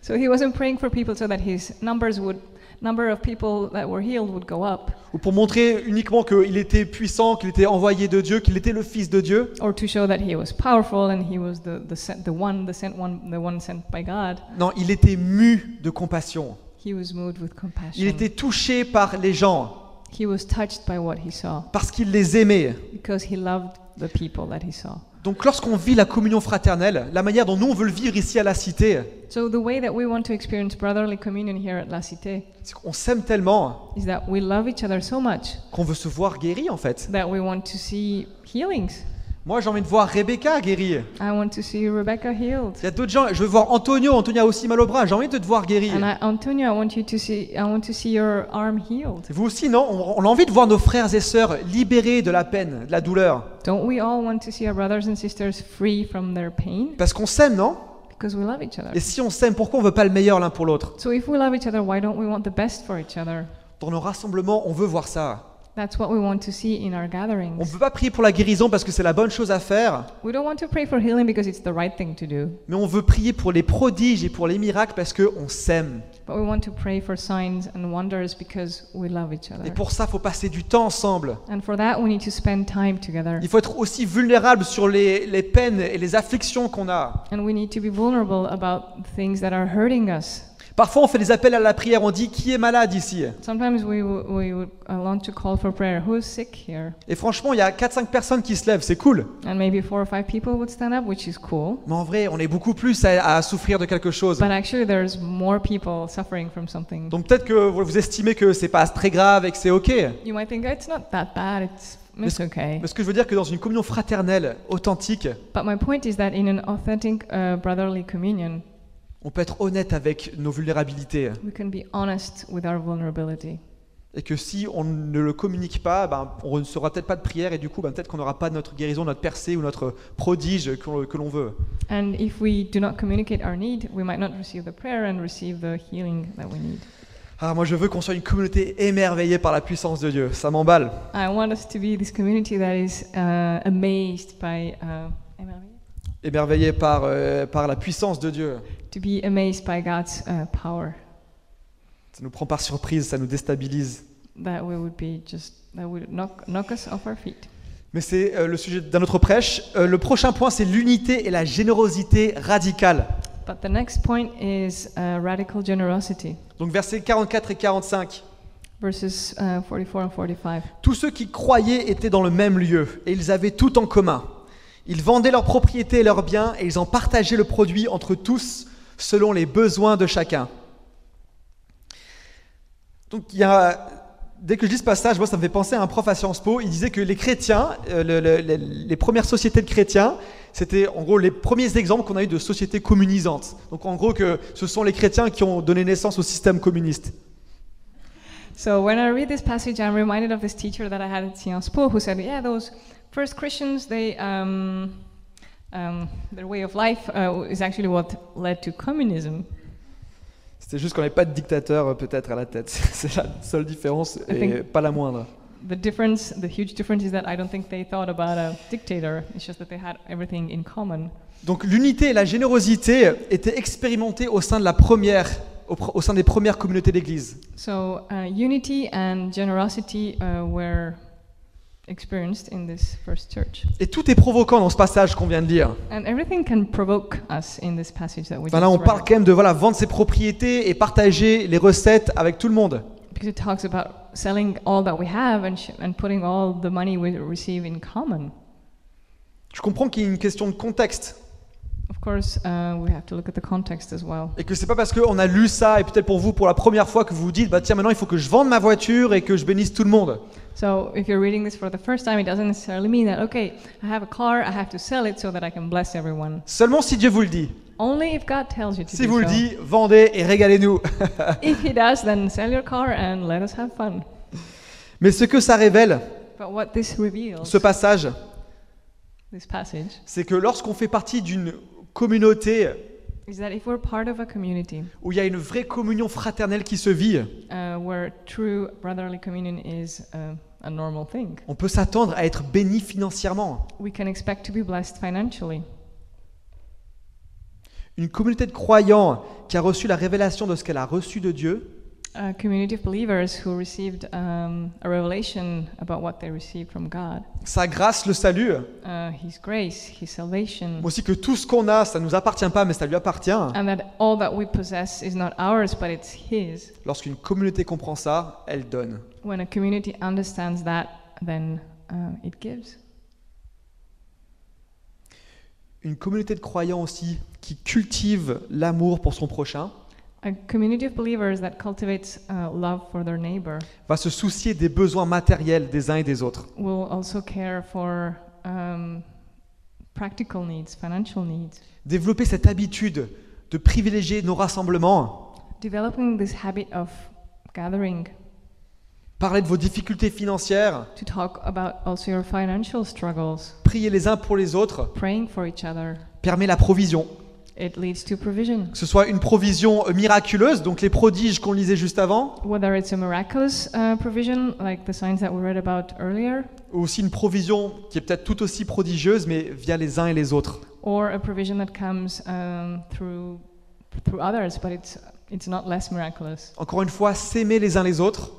Speaker 2: So he wasn't praying for people so that his numbers would number of people that were healed would go up,
Speaker 1: Ou pour montrer uniquement qu'il était puissant, qu'il était envoyé de Dieu, qu'il était le Fils de Dieu.
Speaker 2: or to show that he was powerful and he was the, the sent, the one, the sent one, the one sent by God.
Speaker 1: Non, il était mu de compassion.
Speaker 2: He was moved with compassion.
Speaker 1: Il était touché par les gens,
Speaker 2: He was touched by what he saw
Speaker 1: parce qu'il les aimait.
Speaker 2: because he loved the people that he saw.
Speaker 1: Donc lorsqu'on vit la communion fraternelle, la manière dont nous on veut le vivre ici à la cité,
Speaker 2: So the way that we want to experience brotherly communion here at La Cité
Speaker 1: c'est qu'on s'aime tellement
Speaker 2: is that we love each other so much
Speaker 1: qu'on veut se voir guéri en fait.
Speaker 2: that we want to see healings.
Speaker 1: Moi j'ai envie de voir Rebecca guérie.
Speaker 2: I want to see Rebecca healed.
Speaker 1: Il y a d'autres gens, je veux voir Antonio, Antonio a aussi mal au bras, j'ai envie de te voir guéri.
Speaker 2: And I, Antonio, I want you to see I want to see your arm healed.
Speaker 1: Vous aussi non on, on a envie de voir nos frères et sœurs libérés de la peine, de la douleur.
Speaker 2: Don't we all want to see our brothers and sisters free from their pain
Speaker 1: Parce qu'on s'aime non
Speaker 2: because we love each other?
Speaker 1: Et si on s'aime, pourquoi on veut pas le meilleur l'un pour l'autre
Speaker 2: So if we love each other, why don't we want the best for each other?
Speaker 1: Dans nos rassemblements, on veut voir ça.
Speaker 2: That's what we want to see in our
Speaker 1: On ne
Speaker 2: gatherings.
Speaker 1: peut pas prier pour la guérison parce que c'est la bonne chose à faire,
Speaker 2: We don't want to pray for healing because it's the right thing to do,
Speaker 1: mais on veut prier pour les prodiges et pour les miracles parce qu'on s'aime.
Speaker 2: but we want to pray for signs and wonders because we love each
Speaker 1: Et
Speaker 2: other.
Speaker 1: pour ça, faut passer du temps ensemble.
Speaker 2: And for that, we need to spend time together.
Speaker 1: Il faut être aussi vulnérable sur les, les peines et les afflictions qu'on a.
Speaker 2: And we need to be vulnerable about things that are hurting us.
Speaker 1: Parfois, on fait des appels à la prière, on dit qui est malade ici
Speaker 2: Sometimes we, w- we would uh, want to call for prayer. Who's sick here?
Speaker 1: Et franchement, il y a 4-5 personnes qui se lèvent, c'est cool.
Speaker 2: And maybe four or five people would stand up, which is cool.
Speaker 1: Mais en vrai, on est beaucoup plus à, à souffrir de quelque chose.
Speaker 2: But actually, there's more people suffering from something.
Speaker 1: Donc peut-être que vous vous estimez que c'est pas très grave et que c'est ok. Mais
Speaker 2: You might think "Oh, it's not that bad. It's it's okay.
Speaker 1: ce que je veux dire, que dans une communion fraternelle, authentique,
Speaker 2: But my point is that in an authentic uh, brotherly communion,
Speaker 1: on peut être honnête avec nos vulnérabilités.
Speaker 2: we can be honest with our vulnerability.
Speaker 1: Et que si on ne le communique pas, ben, on ne saura peut-être pas de prière et du coup, ben, peut-être qu'on n'aura pas notre guérison, notre percée ou notre prodige que l'on- que l'on veut.
Speaker 2: And if we do not communicate our need, we might not receive the prayer and receive the healing that we need.
Speaker 1: Ah, moi je veux qu'on soit une communauté émerveillée par la puissance de Dieu. Ça m'emballe.
Speaker 2: I want us to be this community that is uh, amazed by, uh, émerveillé?
Speaker 1: Émerveillée par, euh, par la puissance de Dieu.
Speaker 2: to be amazed by God's uh, power.
Speaker 1: Ça nous prend par surprise, ça nous déstabilise.
Speaker 2: That we would be just that would knock knock us off our feet.
Speaker 1: Mais c'est euh, le sujet d'un autre prêche. Euh, le prochain point, c'est l'unité et la générosité radicale.
Speaker 2: But the next point is uh, radical generosity,
Speaker 1: Donc versets 44 et 45.
Speaker 2: verses uh, 44 and 45.
Speaker 1: Tous ceux qui croyaient étaient dans le même lieu et ils avaient tout en commun. Ils vendaient leurs propriétés et leurs biens et ils en partageaient le produit entre tous selon les besoins de chacun. Donc il y a, dès que je lis ce passage, moi ça me fait penser à un prof à Sciences Po. Il disait que les chrétiens, euh, le- le- le- les premières sociétés de chrétiens, c'était en gros les premiers exemples qu'on a eu de sociétés communisantes. Donc en gros que ce sont les chrétiens qui ont donné naissance au système communiste.
Speaker 2: So when I read this passage, I'm reminded of this teacher that I had at Sciences Po who said, "Yeah, those first Christians, they." Um, um, their way of life uh, is actually what led to communism.
Speaker 1: C'était juste qu'on n'avait pas de dictateur euh, peut-être à la tête. (laughs) C'est la seule différence
Speaker 2: I
Speaker 1: et
Speaker 2: think-
Speaker 1: pas la moindre.
Speaker 2: The difference, the huge difference, is that I don't think they thought about a dictator. It's just that they had everything in common.
Speaker 1: Donc l'unité et la générosité étaient expérimentées au sein de la première, au, pr- au sein des premières communautés d'Église.
Speaker 2: So uh, unity and generosity uh, were experienced in this first church,
Speaker 1: Et tout est provoquant dans ce passage qu'on vient de lire.
Speaker 2: and everything can provoke us in this passage that we
Speaker 1: Enfin,
Speaker 2: just
Speaker 1: là, on
Speaker 2: read,
Speaker 1: parle quand même de voilà, vendre ses propriétés et partager les recettes avec tout le monde.
Speaker 2: because it talks about selling all that we have and sh- and putting all the money we receive in common.
Speaker 1: Je comprends qu'il y a une question de contexte
Speaker 2: Of course, uh, we have to look at the context as well.
Speaker 1: et que c'est pas parce qu'on a lu ça et peut-être pour vous pour la première fois que vous vous dites bah tiens maintenant il faut que je vende ma voiture et que je bénisse tout le monde.
Speaker 2: So if you're reading this for the first time, it doesn't necessarily mean that okay, I have a car, I have to sell it so that I can bless everyone.
Speaker 1: Seulement si Dieu vous le dit.
Speaker 2: Only if God tells you to
Speaker 1: Si
Speaker 2: do
Speaker 1: vous le
Speaker 2: so.
Speaker 1: dit, vendez et régalez-nous.
Speaker 2: If He does, then sell your car and let us have fun.
Speaker 1: Mais ce que ça révèle,
Speaker 2: But what this reveals,
Speaker 1: ce passage,
Speaker 2: this passage,
Speaker 1: c'est que lorsqu'on fait partie d'une communauté
Speaker 2: is that if we're part of a community
Speaker 1: où il y a une vraie communion fraternelle qui se vit,
Speaker 2: uh, where true brotherly communion is uh, a normal thing,
Speaker 1: on peut s'attendre à être béni financièrement.
Speaker 2: we can expect to be blessed financially.
Speaker 1: Une communauté de croyants qui a reçu la révélation de ce qu'elle a reçu de Dieu
Speaker 2: A community of believers who received um, a revelation about what they received from God,
Speaker 1: sa grâce, le salut,
Speaker 2: uh, His grace, His salvation,
Speaker 1: mais aussi que tout ce qu'on a, ça ne nous appartient pas, mais ça lui appartient.
Speaker 2: and that all that we possess is not ours but it's His.
Speaker 1: Lorsqu'une communauté comprend ça, elle donne.
Speaker 2: When a community understands that, then uh, it gives.
Speaker 1: Une communauté de croyants aussi qui cultive l'amour pour son prochain
Speaker 2: A community of believers that cultivates uh, love for their neighbor
Speaker 1: va se soucier des besoins matériels des uns et des autres.
Speaker 2: will also care for um, practical needs, financial needs.
Speaker 1: Développer cette habitude de privilégier nos rassemblements,
Speaker 2: Developing this habit of gathering
Speaker 1: parler de vos difficultés financières,
Speaker 2: to talk about also your financial struggles,
Speaker 1: prier les uns pour les autres,
Speaker 2: praying for each other,
Speaker 1: permet la provision.
Speaker 2: It leads to provision.
Speaker 1: Que ce soit une provision euh, miraculeuse, donc les prodiges qu'on lisait juste avant,
Speaker 2: Whether it's a miraculous uh, provision, like the signs that we read about earlier,
Speaker 1: ou aussi une provision qui est peut-être tout aussi prodigieuse, mais via les uns et les autres.
Speaker 2: or a provision that comes um, through through others, but it's it's not less miraculous.
Speaker 1: Encore une fois, s'aimer les uns les autres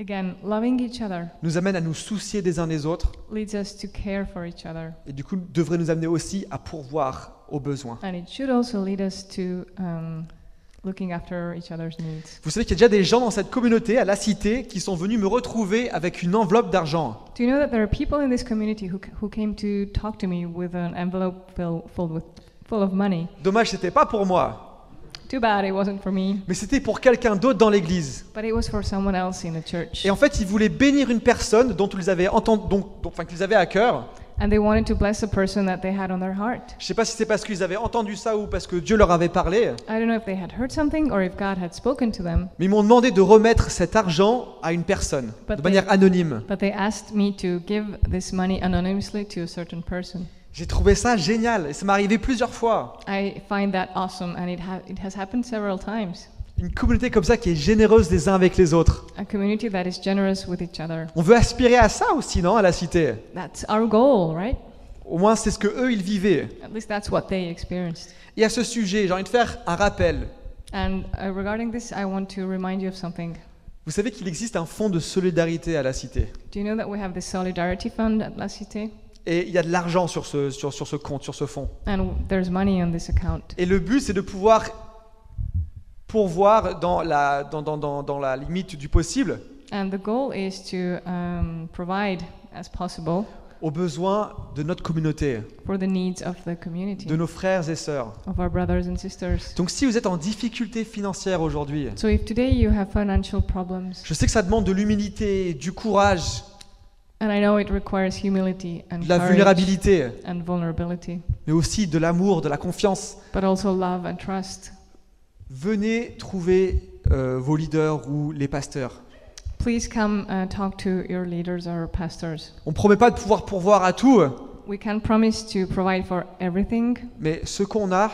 Speaker 2: Again, loving each other
Speaker 1: nous amène à nous soucier des uns des autres,
Speaker 2: leads us to care for each other,
Speaker 1: et du coup devrait nous amener aussi à pourvoir aux besoins.
Speaker 2: and it should also lead us to um, looking after each other's needs.
Speaker 1: Vous savez qu'il y a déjà des gens dans cette communauté, à la cité, qui sont venus me retrouver avec une enveloppe d'argent.
Speaker 2: Do you know that there are people in this community who, c- who came to talk to me with an envelope fill, filled with full of money?
Speaker 1: Dommage, c'était pas pour moi,
Speaker 2: Too bad it wasn't for me,
Speaker 1: mais c'était pour quelqu'un d'autre dans l'église.
Speaker 2: but it was for someone else in the church.
Speaker 1: Et en fait, ils voulaient bénir une personne dont ils avaient entendu, donc, donc- enfin, qu'ils avaient à cœur.
Speaker 2: And they wanted to bless a person that they had on their heart.
Speaker 1: Je sais pas si c'est parce qu'ils avaient entendu ça ou parce que Dieu leur avait parlé,
Speaker 2: I don't know if they had heard something or if God had spoken to them,
Speaker 1: mais ils m'ont demandé de remettre cet argent à une personne,
Speaker 2: Pas
Speaker 1: de
Speaker 2: de-
Speaker 1: manière anonyme.
Speaker 2: but they asked me to give this money anonymously to a certain person.
Speaker 1: J'ai trouvé ça génial et ça m'est arrivé plusieurs fois.
Speaker 2: I find that awesome, and it, ha- it has happened several times.
Speaker 1: Une communauté comme ça qui est généreuse les uns avec les autres.
Speaker 2: A community that is generous with each other.
Speaker 1: On veut aspirer à ça aussi, non, à la cité.
Speaker 2: That's our goal, right?
Speaker 1: Au moins, c'est ce que eux ils vivaient.
Speaker 2: At least that's what they experienced.
Speaker 1: Et à ce sujet, j'ai envie de faire un rappel.
Speaker 2: And uh, regarding this, I want to remind you of something.
Speaker 1: Vous savez qu'il existe un fonds de solidarité à la cité.
Speaker 2: Do you know that we have this solidarity fund at La Cité?
Speaker 1: Et il y a de l'argent sur ce, sur, sur ce compte, sur ce fonds.
Speaker 2: And there's money on this account.
Speaker 1: Et le but, c'est de pouvoir pourvoir dans la, dans, dans, dans, dans la limite du possible
Speaker 2: And the goal is to um, provide as possible
Speaker 1: aux besoins de notre communauté,
Speaker 2: for the needs of the community,
Speaker 1: de nos frères et sœurs.
Speaker 2: of our brothers and sisters.
Speaker 1: Donc si vous êtes en difficulté financière aujourd'hui,
Speaker 2: So if today you have financial problems,
Speaker 1: je sais que ça demande de l'humilité, du courage,
Speaker 2: and I know it requires humility and
Speaker 1: de la
Speaker 2: courage
Speaker 1: vulnérabilité,
Speaker 2: and vulnerability,
Speaker 1: mais aussi de l'amour, de la confiance,
Speaker 2: but also love and trust,
Speaker 1: venez trouver euh, vos leaders ou les pasteurs.
Speaker 2: please come uh, talk to your leaders or pastors.
Speaker 1: On promet pas de pouvoir pourvoir à tout,
Speaker 2: We can't promise to provide for everything,
Speaker 1: mais ce qu'on a,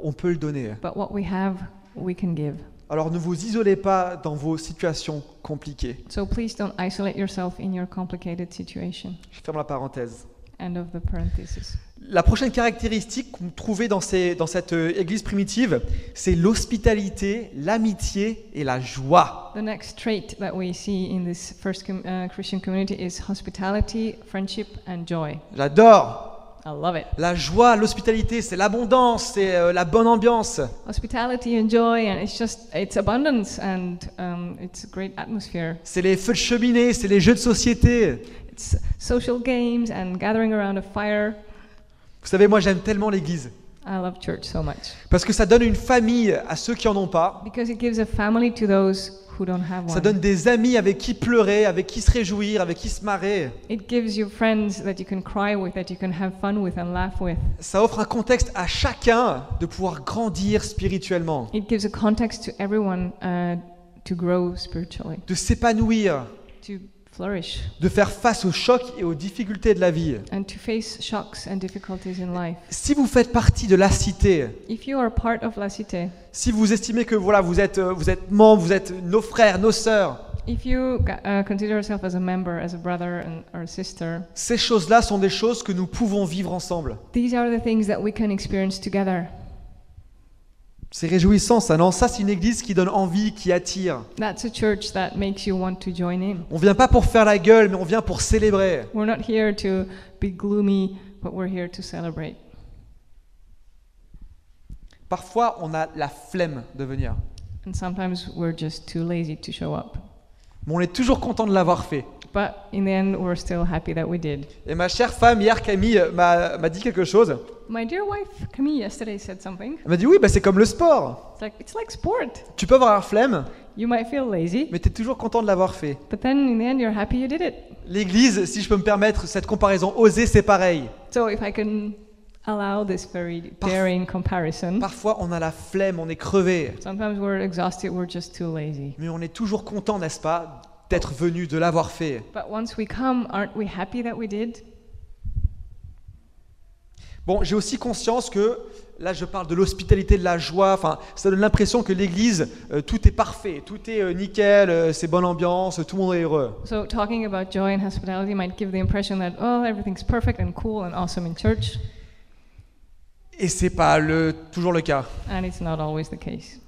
Speaker 1: on peut le donner.
Speaker 2: but what we have, we can give.
Speaker 1: Alors ne vous isolez pas dans vos situations compliquées.
Speaker 2: So please don't isolate yourself in your complicated situation.
Speaker 1: Je ferme la parenthèse.
Speaker 2: End of the parenthesis.
Speaker 1: La prochaine caractéristique qu'on trouvait dans, ces- dans cette euh, église primitive, c'est l'hospitalité, l'amitié et la joie.
Speaker 2: The next trait that we see in this first com- uh, Christian community is hospitality, friendship, and joy.
Speaker 1: J'adore.
Speaker 2: I love it.
Speaker 1: La joie, l'hospitalité, c'est l'abondance, c'est euh, la bonne ambiance.
Speaker 2: Hospitality and joy, and it's just it's abundance and um, it's a great atmosphere.
Speaker 1: C'est les feux de cheminée, c'est les jeux de société.
Speaker 2: It's social games and gathering around a fire.
Speaker 1: Vous savez, moi j'aime tellement l'église.
Speaker 2: I love church so much
Speaker 1: Parce que ça donne une famille à ceux qui en ont pas.
Speaker 2: because it gives a family to those who don't have
Speaker 1: Ça
Speaker 2: one.
Speaker 1: donne des amis avec qui pleurer, avec qui se réjouir, avec qui se marrer.
Speaker 2: It gives you friends that you can cry with, that you can have fun with and laugh with.
Speaker 1: Ça offre un contexte à chacun de pouvoir grandir spirituellement,
Speaker 2: It gives a context to everyone uh, to grow spiritually,
Speaker 1: de s'épanouir,
Speaker 2: to flourish.
Speaker 1: de faire face aux chocs et aux difficultés de la vie.
Speaker 2: and to face shocks and difficulties in life.
Speaker 1: Si vous faites partie de la cité,
Speaker 2: If you are part of La Cité,
Speaker 1: si vous estimez que voilà, vous êtes, euh, vous êtes membre, vous êtes nos frères, nos sœurs,
Speaker 2: if you g- uh, consider yourself as a member, as a brother and, or sister,
Speaker 1: ces choses-là sont des choses que nous pouvons vivre ensemble.
Speaker 2: these are the things that we can experience together.
Speaker 1: C'est réjouissant ça, non Ça c'est une église qui donne envie, qui attire.
Speaker 2: That's a church that makes you want to join in.
Speaker 1: On vient pas pour faire la gueule, mais on vient pour célébrer.
Speaker 2: We're not here to be gloomy, but we're here to celebrate.
Speaker 1: Parfois, on a la flemme de venir.
Speaker 2: And sometimes we're just too lazy to show up.
Speaker 1: mais on est toujours content de l'avoir fait.
Speaker 2: But in the end, we're still happy that we did.
Speaker 1: Et ma chère femme, hier, Camille euh, m'a m'a dit quelque chose.
Speaker 2: My dear wife, Camille, yesterday said something.
Speaker 1: Elle m'a dit Oui, bah, c'est comme le sport.
Speaker 2: It's like, it's like sport.
Speaker 1: Tu peux avoir la flemme,
Speaker 2: You might feel lazy,
Speaker 1: mais tu es toujours content de l'avoir fait.
Speaker 2: but then in the end, you're happy you did it.
Speaker 1: L'église, si je peux me permettre cette comparaison osée, c'est pareil.
Speaker 2: So if I can allow this very daring comparison,
Speaker 1: Parfois, on a la flemme, on est crevé,
Speaker 2: sometimes we're exhausted, we're just too lazy.
Speaker 1: mais on est toujours content, n'est-ce pas, d'être venu, de l'avoir fait.
Speaker 2: But once we come, aren't we happy that we did?
Speaker 1: Bon, j'ai aussi conscience que, là je parle de l'hospitalité, de la joie, enfin, ça donne l'impression que l'Église, euh, tout est parfait, tout est euh, nickel, euh, c'est bonne ambiance, tout le monde est heureux.
Speaker 2: So talking about joy and hospitality might give the impression that oh everything's perfect and cool and awesome in church,
Speaker 1: Et c'est pas le, toujours le cas.
Speaker 2: and it's not always the case.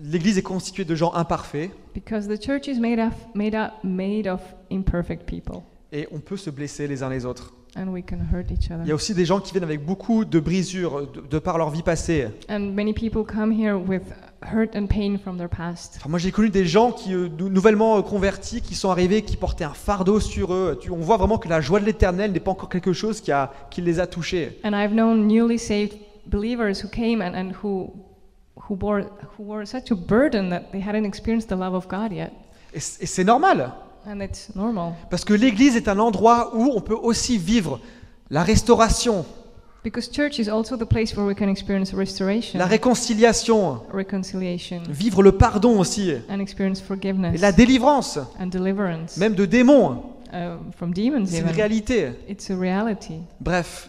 Speaker 1: L'Église est constituée de gens imparfaits
Speaker 2: Because the church is made of made up made of imperfect people
Speaker 1: et on peut se blesser les uns les autres.
Speaker 2: and we can hurt each
Speaker 1: Il y a
Speaker 2: other.
Speaker 1: aussi des gens qui viennent avec beaucoup de brisures de, de par leur vie passée.
Speaker 2: And many people come here with hurt and pain from their past.
Speaker 1: Enfin, moi, j'ai connu des gens qui, euh, nou- nouvellement euh, convertis, qui sont arrivés, qui portaient un fardeau sur eux. Tu- on voit vraiment que la joie de l'Éternel n'est pas encore quelque chose qui, a, qui les a touchés.
Speaker 2: And I've known newly saved believers who came and, and who who bore who wore such a burden that they hadn't experienced the love of God yet.
Speaker 1: Et c- et c'est normal,
Speaker 2: And it's normal
Speaker 1: parce que l'Église est un endroit où on peut aussi vivre la restauration,
Speaker 2: because church is also the place where we can experience restoration,
Speaker 1: la réconciliation,
Speaker 2: reconciliation,
Speaker 1: vivre le pardon aussi,
Speaker 2: and experience
Speaker 1: et
Speaker 2: forgiveness
Speaker 1: la délivrance,
Speaker 2: and deliverance
Speaker 1: même de démons.
Speaker 2: uh, from demons.
Speaker 1: C'est une
Speaker 2: Even
Speaker 1: réalité.
Speaker 2: it's a reality.
Speaker 1: Bref.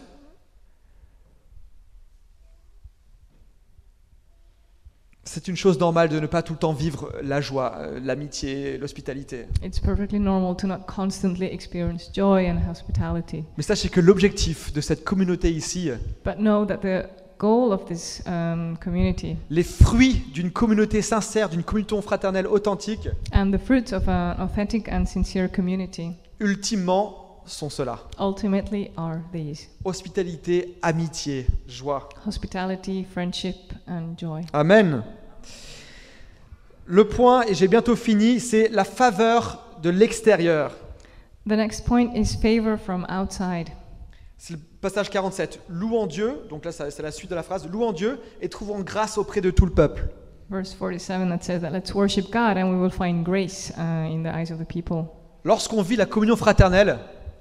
Speaker 1: C'est une chose normale de ne pas tout le temps vivre la joie, euh, l'amitié, l'hospitalité.
Speaker 2: It's perfectly normal to not constantly experience joy and hospitality,
Speaker 1: Mais sachez que l'objectif de cette communauté ici,
Speaker 2: but know that the goal of this um, community
Speaker 1: les fruits d'une communauté sincère, d'une communauté fraternelle authentique,
Speaker 2: and the fruits of an authentic and sincere community
Speaker 1: ultimement sont cela.
Speaker 2: ultimately are these
Speaker 1: Hospitalité, amitié, joie.
Speaker 2: hospitality, friendship, and joy.
Speaker 1: Amen. Le point, et j'ai bientôt fini, c'est la faveur de l'extérieur.
Speaker 2: The next point is favor from outside.
Speaker 1: C'est le passage 47. Louant Dieu, donc là ça- c'est la suite de la phrase, louant Dieu et trouvant grâce auprès de tout le peuple.
Speaker 2: Verse 47 that says that let's worship God and we will find grace uh, in the eyes of the people.
Speaker 1: Lorsqu'on vit la communion fraternelle,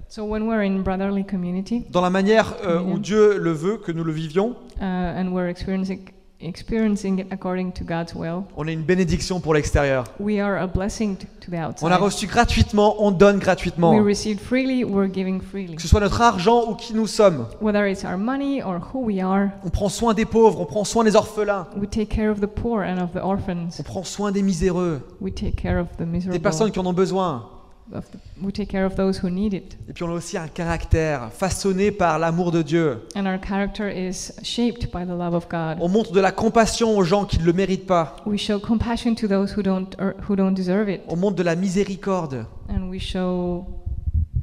Speaker 2: So when we're in brotherly community
Speaker 1: dans la manière euh,
Speaker 2: Communion.
Speaker 1: où Dieu le veut que nous le vivions,
Speaker 2: uh, and we're experiencing experiencing it according to God's will,
Speaker 1: on est une bénédiction pour l'extérieur.
Speaker 2: we are a blessing t- to the
Speaker 1: On a
Speaker 2: outside.
Speaker 1: reçu gratuitement, on donne
Speaker 2: We
Speaker 1: gratuitement.
Speaker 2: receive freely, we're giving freely.
Speaker 1: Que ce soit notre argent ou qui nous sommes.
Speaker 2: Whether it's our money or who we are,
Speaker 1: On prend soin des pauvres, on prend soin des orphelins,
Speaker 2: we take care of the poor and of the orphans.
Speaker 1: on prend soin des miséreux,
Speaker 2: We take care of the
Speaker 1: des
Speaker 2: miserable.
Speaker 1: personnes qui en ont besoin.
Speaker 2: Of the, we take care of those who need it.
Speaker 1: Et puis on a aussi un caractère façonné par l'amour de Dieu.
Speaker 2: And our character is shaped by the love of God.
Speaker 1: On montre de la compassion aux gens qui ne le méritent pas.
Speaker 2: We show compassion to those who don't er, who don't deserve it,
Speaker 1: On montre de la miséricorde.
Speaker 2: and we show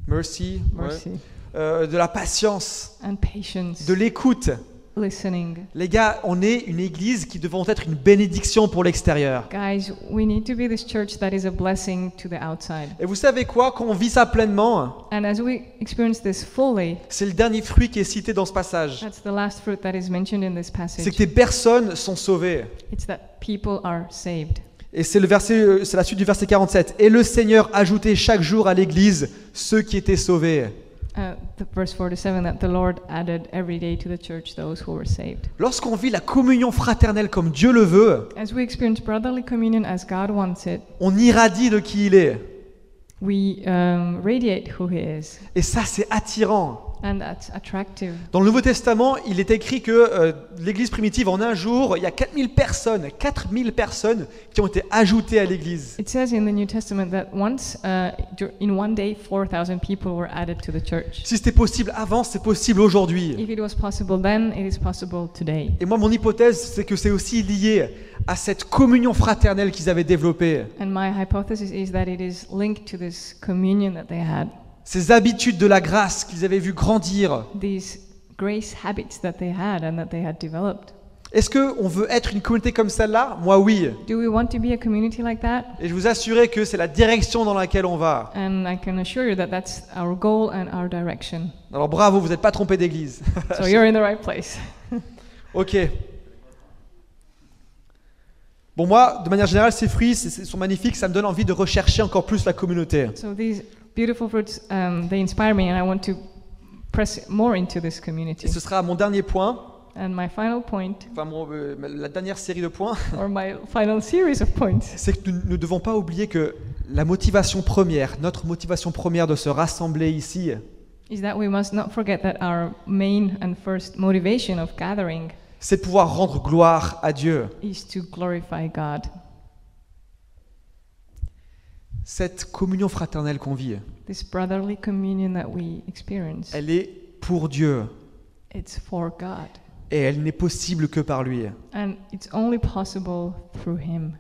Speaker 1: Mercy, ouais.
Speaker 2: mercy
Speaker 1: Euh, de la patience,
Speaker 2: and patience,
Speaker 1: de l'écoute.
Speaker 2: listening.
Speaker 1: Les gars, on est une église qui devons être une bénédiction pour l'extérieur.
Speaker 2: Guys, we need to be this church that is a blessing to the outside.
Speaker 1: Et vous savez quoi Quand on vit ça pleinement,
Speaker 2: And as we experience this fully,
Speaker 1: c'est le dernier fruit qui est cité dans ce passage.
Speaker 2: that's the last fruit that is mentioned in
Speaker 1: C'est
Speaker 2: this
Speaker 1: que
Speaker 2: passage.
Speaker 1: des personnes sont sauvées.
Speaker 2: It's that people are saved.
Speaker 1: Et c'est le verset, euh, c'est la suite du verset 47. Et le Seigneur ajoutait chaque jour à l'église ceux qui étaient sauvés.
Speaker 2: Uh, the verse 47 that the Lord added every day to the church those who were saved.
Speaker 1: Lorsqu'on vit la communion fraternelle comme Dieu le veut,
Speaker 2: As we experience brotherly communion as God wants it,
Speaker 1: on irradie de qui il est.
Speaker 2: we um, radiate who He is,
Speaker 1: Et ça, c'est attirant.
Speaker 2: and that's attractive.
Speaker 1: Dans le Nouveau Testament, il est écrit que euh, l'Église primitive, en un jour, il y a 4000 personnes, 4000 personnes qui ont été ajoutées à l'Église.
Speaker 2: It says in the New Testament that once, uh, dur- in one day, 4,000 people were added to the church.
Speaker 1: Si c'était possible avant, c'est possible aujourd'hui.
Speaker 2: If it was possible then, it is possible today.
Speaker 1: Et moi, mon hypothèse, c'est que c'est aussi lié à cette communion fraternelle qu'ils avaient développée,
Speaker 2: And my hypothesis is that it is linked to this communion that they had,
Speaker 1: ces habitudes de la grâce qu'ils avaient vu grandir.
Speaker 2: these grace habits that they had and that they had developed.
Speaker 1: Est-ce que on veut être une communauté comme celle-là Moi, oui.
Speaker 2: Do we want to be a community like that?
Speaker 1: Et je vous assurer que c'est la direction dans laquelle on va.
Speaker 2: And I can assure you that that's our goal and our direction.
Speaker 1: Alors bravo, vous n'êtes pas trompé d'église.
Speaker 2: So you're in the right place.
Speaker 1: Ok. Bon, moi, de manière générale, ces fruits c'est- c'est- sont magnifiques. Ça me donne envie de rechercher encore plus la communauté.
Speaker 2: So these beautiful fruits, um, they inspire me, and I want to press more into this community.
Speaker 1: Et ce sera mon dernier point,
Speaker 2: And my final point,
Speaker 1: enfin mon, euh, la dernière série de points, (laughs)
Speaker 2: or my final series of points,
Speaker 1: c'est que nous ne devons pas oublier que la motivation première, notre motivation première de se rassembler ici,
Speaker 2: is that we must not forget that our main and first motivation of gathering
Speaker 1: c'est de pouvoir rendre gloire à Dieu.
Speaker 2: is to glorify God.
Speaker 1: Cette communion fraternelle qu'on vit,
Speaker 2: This brotherly communion that we experience,
Speaker 1: elle est pour Dieu
Speaker 2: it's for God.
Speaker 1: et elle n'est possible que par lui.
Speaker 2: And it's only possible through Him.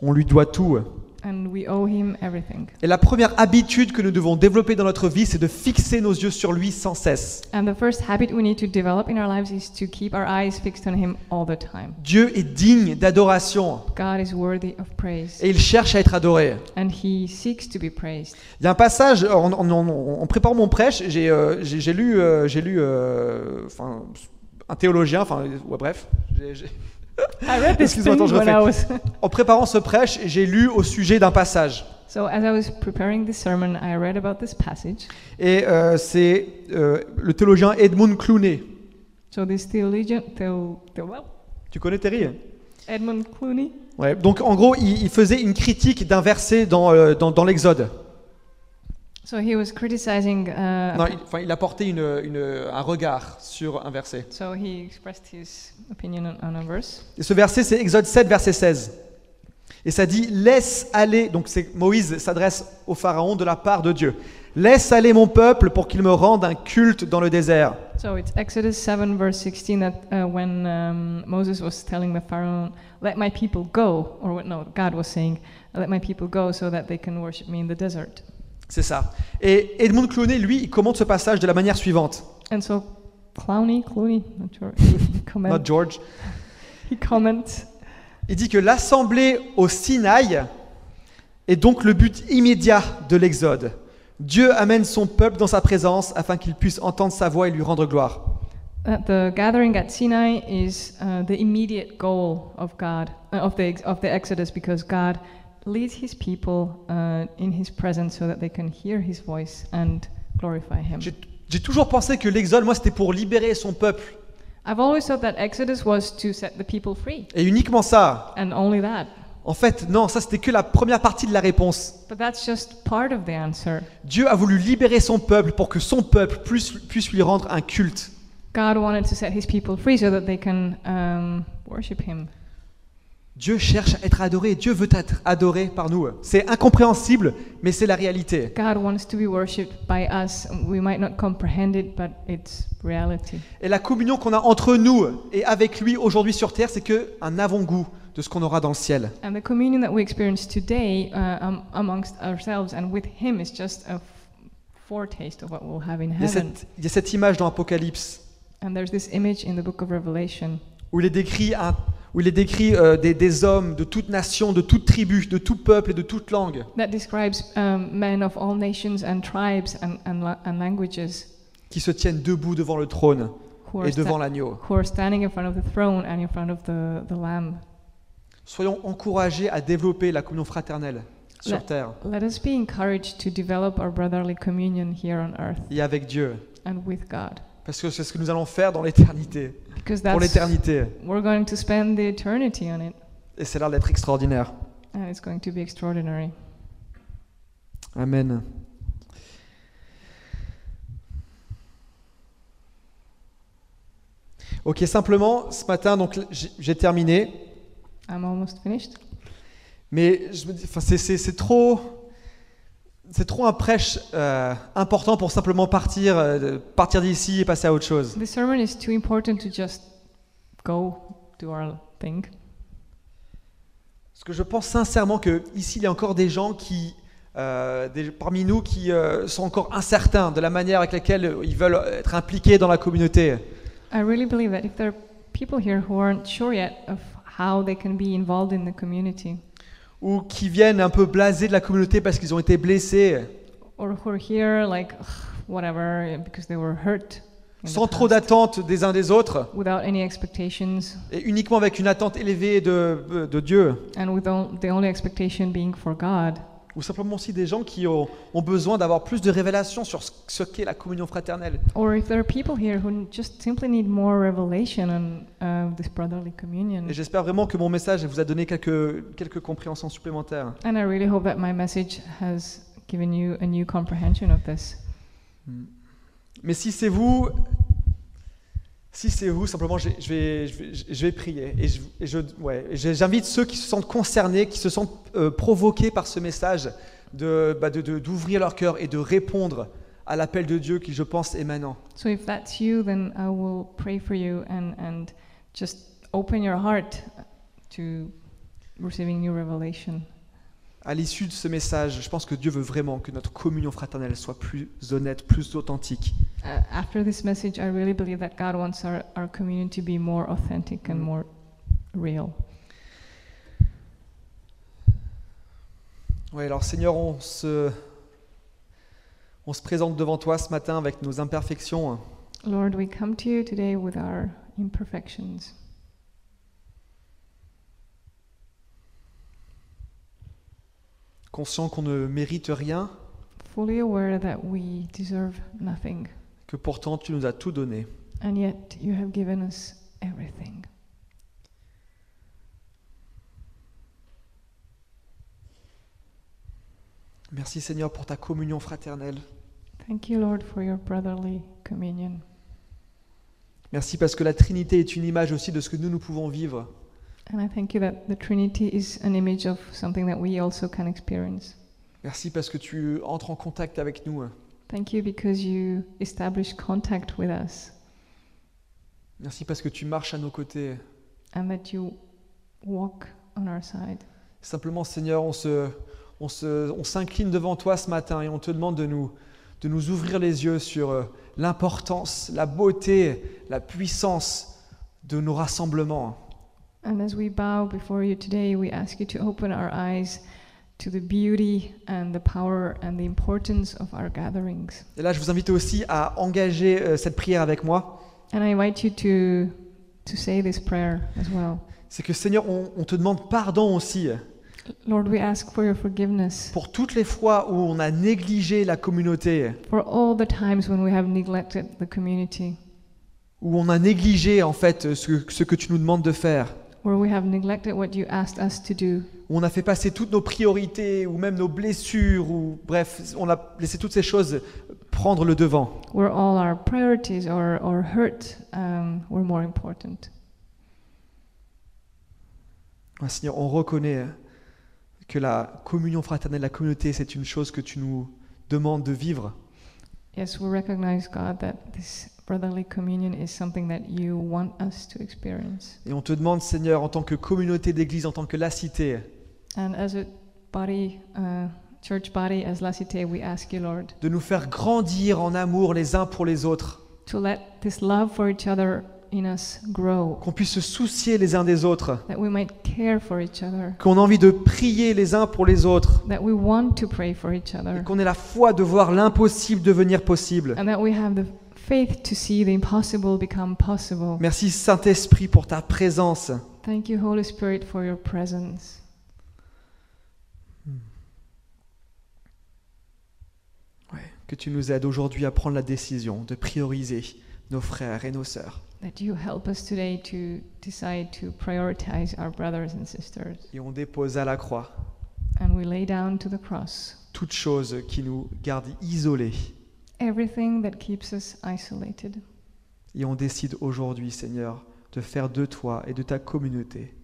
Speaker 1: On lui doit tout.
Speaker 2: And we owe Him everything.
Speaker 1: Et la première habitude que nous devons développer dans notre vie, c'est de fixer nos yeux sur lui sans cesse.
Speaker 2: And the first habit we need to develop in our lives is to keep our eyes fixed on Him all the time.
Speaker 1: Dieu est digne d'adoration
Speaker 2: God is worthy of praise,
Speaker 1: et il cherche à être adoré.
Speaker 2: and He seeks to be praised.
Speaker 1: Il y a un passage, en, en- en- en préparant mon prêche, j'ai euh, j'ai- j'ai lu, euh, j'ai lu euh, enfin, un théologien, enfin ouais, bref, j'ai- j'ai-
Speaker 2: I read (laughs) this
Speaker 1: Excuse-moi,
Speaker 2: thing
Speaker 1: attends, je
Speaker 2: when
Speaker 1: refais.
Speaker 2: I was.
Speaker 1: en préparant ce prêche, j'ai lu au sujet d'un passage.
Speaker 2: (laughs) so as I was preparing this sermon, I read about this passage.
Speaker 1: Et euh, c'est euh, le théologien Edmund Clooney.
Speaker 2: So this theologian, theo, theo, well,
Speaker 1: Tu connais Terry
Speaker 2: Edmund Clooney.
Speaker 1: Ouais, donc en gros, il, il faisait une critique d'un verset dans, euh, dans, dans l'Exode.
Speaker 2: So he was criticizing. Uh,
Speaker 1: Non, il, enfin, il apportait une, une- un regard sur un verset.
Speaker 2: So he expressed his opinion on, on a verse.
Speaker 1: Et ce verset, c'est Exode 7, verset 16. Et ça dit Laisse aller. Donc c'est Moïse s'adresse au Pharaon de la part de Dieu. Laisse aller mon peuple pour qu'il me rende un culte dans le désert.
Speaker 2: So it's Exodus 7, verse 16, that uh, when um, Moses was telling the Pharaoh, Let my people go, or what, no, God was saying, Let my people go so that they can worship me in the desert.
Speaker 1: C'est ça. Et Edmond Clooney, lui, il commente ce passage de la manière suivante.
Speaker 2: And so Clowney, Clooney, not sure, he, he
Speaker 1: Not
Speaker 2: comment,
Speaker 1: George.
Speaker 2: he comments,
Speaker 1: Il dit que l'assemblée au Sinaï est donc le but immédiat de l'Exode. Dieu amène son peuple dans sa présence afin qu'il puisse entendre sa voix et lui rendre gloire.
Speaker 2: that the gathering at Sinai is uh, the immediate goal of God, uh, of, the, ex- of the Exodus, because God leads his people uh, in his presence so that they can hear his voice and glorify him.
Speaker 1: J'ai j'ai toujours pensé que l'Exode, moi, c'était pour libérer son peuple.
Speaker 2: I've always thought that Exodus was to set the people free,
Speaker 1: Et uniquement ça.
Speaker 2: and only that.
Speaker 1: En fait, non, ça c'était que la première partie de la réponse.
Speaker 2: But that's just part of the answer.
Speaker 1: Dieu a voulu libérer son peuple pour que son peuple puisse, puisse lui rendre un culte.
Speaker 2: God wanted to set his people free so that they can um, worship him.
Speaker 1: Dieu cherche à être adoré, Dieu veut être adoré par nous. C'est incompréhensible, mais c'est la réalité.
Speaker 2: God wants to be worshipped by us. We might not comprehend it, but it's reality.
Speaker 1: Et la communion qu'on a entre nous et avec lui aujourd'hui sur terre, c'est que un avant-goût de ce qu'on aura dans le ciel.
Speaker 2: And the communion that we experience today uh, um, amongst ourselves and with him is just a f- foretaste of what we'll have in
Speaker 1: Il y a
Speaker 2: heaven.
Speaker 1: cette, il y a cette image dans Apocalypse
Speaker 2: And there's this image in the book of Revelation
Speaker 1: où il est décrit, un- où il est décrit euh, des, des hommes de toute nation, de toute tribu, de tout peuple et de toute langue
Speaker 2: that describes um, men of all nations and tribes and, and, la- and languages
Speaker 1: qui se tiennent debout devant le trône
Speaker 2: who are,
Speaker 1: et devant
Speaker 2: sta-
Speaker 1: l'agneau.
Speaker 2: who are standing in front of the throne and in front of the, the Lamb.
Speaker 1: Soyons encouragés à développer la communion fraternelle sur
Speaker 2: La-
Speaker 1: terre
Speaker 2: Let us be encouraged to develop our brotherly communion here on earth
Speaker 1: et avec Dieu.
Speaker 2: and with God.
Speaker 1: Parce que c'est ce que nous allons faire dans l'éternité.
Speaker 2: Because
Speaker 1: Pour
Speaker 2: that's,
Speaker 1: l'éternité.
Speaker 2: we're going to spend the eternity on it,
Speaker 1: Et c'est l'air d'être extraordinaire.
Speaker 2: and it's going to be extraordinary.
Speaker 1: Amen. Ok, simplement, ce matin, donc j'ai j'ai terminé.
Speaker 2: I'm almost finished.
Speaker 1: Mais je me dis, enfin, c'est- c'est c'est trop. C'est trop un prêche euh, important pour simplement partir, euh, de- partir d'ici et passer à autre chose.
Speaker 2: The sermon is too important to just go do our thing.
Speaker 1: Parce que je pense sincèrement que ici il y a encore des gens qui, euh, des- parmi nous, qui euh, sont encore incertains de la manière avec laquelle ils veulent être impliqués dans la communauté.
Speaker 2: I really believe that if there are people here who aren't sure yet of how they can be involved in the community,
Speaker 1: Ou qui viennent un peu blasés de la communauté parce qu'ils ont été blessés,
Speaker 2: or who are here like "Ugh, whatever because they were hurt, in the
Speaker 1: sans trop
Speaker 2: past,
Speaker 1: d'attente des uns des autres,
Speaker 2: without any expectations,
Speaker 1: et uniquement avec une attente élevée de, de Dieu.
Speaker 2: and with all, the only expectation being for God,
Speaker 1: Ou simplement aussi des gens qui ont, ont besoin d'avoir plus de révélations sur ce, ce qu'est la communion fraternelle.
Speaker 2: or if there are people here who n- just simply need more revelation on uh, this brotherly communion.
Speaker 1: Et j'espère vraiment que mon message vous a donné quelques, quelques compréhensions supplémentaires.
Speaker 2: And I really hope that my message has given you a new comprehension of this.
Speaker 1: Mais si c'est vous, si c'est vous, simplement, je je vais, je vais- je vais prier. Et je- et je- ouais, et je- j'invite ceux qui se sentent concernés, qui se sentent euh, provoqués par ce message, de- bah, de- de- d'ouvrir leur cœur et de répondre à l'appel de Dieu qui, je pense, est maintenant.
Speaker 2: So if that's you, then I will pray for you and, and just open your heart to receiving new revelation.
Speaker 1: À l'issue de ce message, je pense que Dieu veut vraiment que notre communion fraternelle soit plus honnête, plus authentique.
Speaker 2: Uh, after this message, I really believe that God wants our, our communion to be more authentic and
Speaker 1: Mm.
Speaker 2: more real.
Speaker 1: Oui, alors Seigneur, on se, on se présente devant toi ce matin avec nos imperfections.
Speaker 2: Lord, we come to you today with our imperfections.
Speaker 1: conscient qu'on ne mérite rien,
Speaker 2: fully aware that we deserve nothing,
Speaker 1: que pourtant tu nous as tout donné.
Speaker 2: and yet you have given us everything.
Speaker 1: Merci Seigneur pour ta communion fraternelle.
Speaker 2: Thank you, Lord, for your brotherly communion.
Speaker 1: Merci parce que la Trinité est une image aussi de ce que nous, nous pouvons vivre.
Speaker 2: And I thank you that the Trinity is an image of something that we also can experience.
Speaker 1: Merci parce que tu entres en contact avec nous.
Speaker 2: Thank you because you establish contact with us
Speaker 1: Merci parce que tu marches à nos côtés.
Speaker 2: and that you walk on our side.
Speaker 1: Simplement Seigneur, on se, on se- on s'incline devant toi ce matin et on te demande de nous, de nous ouvrir les yeux sur euh, l'importance, la beauté, la puissance de nos rassemblements.
Speaker 2: And as we bow before you today, we ask you to open our eyes to the beauty and the power and the importance of our gatherings.
Speaker 1: Et là, je vous invite aussi à engager euh, cette prière avec moi.
Speaker 2: And I invite you to to say this prayer as well.
Speaker 1: c'est que Seigneur, on, on te demande pardon aussi
Speaker 2: Lord, we ask for your forgiveness
Speaker 1: pour toutes les fois où on a négligé la communauté,
Speaker 2: for all the times when we have neglected the community,
Speaker 1: où on a négligé en fait ce, que- ce que tu nous demandes de faire,
Speaker 2: where we have neglected what you asked us to do,
Speaker 1: où on a fait passer toutes nos priorités ou même nos blessures, ou bref, on a laissé toutes ces choses prendre le devant.
Speaker 2: where all our priorities or, or hurt um, were more important.
Speaker 1: Ouais, Ah, Seigneur, on reconnaît que la communion fraternelle, la communauté, c'est une chose que tu nous demandes de vivre.
Speaker 2: Yes, we recognize, God, that this brotherly communion is something that you want us to experience.
Speaker 1: Et on te demande, Seigneur, en tant que communauté d'église, en tant que lacité,
Speaker 2: And as a body, uh, church body, as La Cité, we ask you, Lord,
Speaker 1: de nous faire grandir en amour les uns pour les autres.
Speaker 2: to let this love for each other in us grow,
Speaker 1: qu'on puisse se soucier les uns des autres,
Speaker 2: that we might care for each other,
Speaker 1: qu'on a envie de prier les uns pour les autres,
Speaker 2: that we want to pray for each
Speaker 1: et
Speaker 2: other,
Speaker 1: qu'on ait la foi de voir l'impossible devenir possible.
Speaker 2: and that we have the faith to see the impossible become possible.
Speaker 1: Merci Saint-Esprit pour ta présence.
Speaker 2: Thank you, Holy Spirit, for your presence.
Speaker 1: Que tu nous aides aujourd'hui à prendre la décision de prioriser nos frères et nos sœurs.
Speaker 2: That you help us today to decide to prioritize our brothers and sisters.
Speaker 1: Et on dépose à la croix
Speaker 2: And we lay down to the cross
Speaker 1: toute chose qui nous garde isolés.
Speaker 2: everything that keeps us isolated.
Speaker 1: Et on décide aujourd'hui, Seigneur, de faire de toi et de ta communauté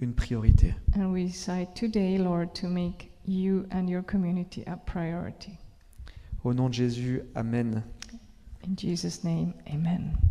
Speaker 1: une priorité.
Speaker 2: And we decide today, Lord, to make you and your community a priority.
Speaker 1: Au nom de Jésus, Amen.
Speaker 2: In Jesus' name, amen.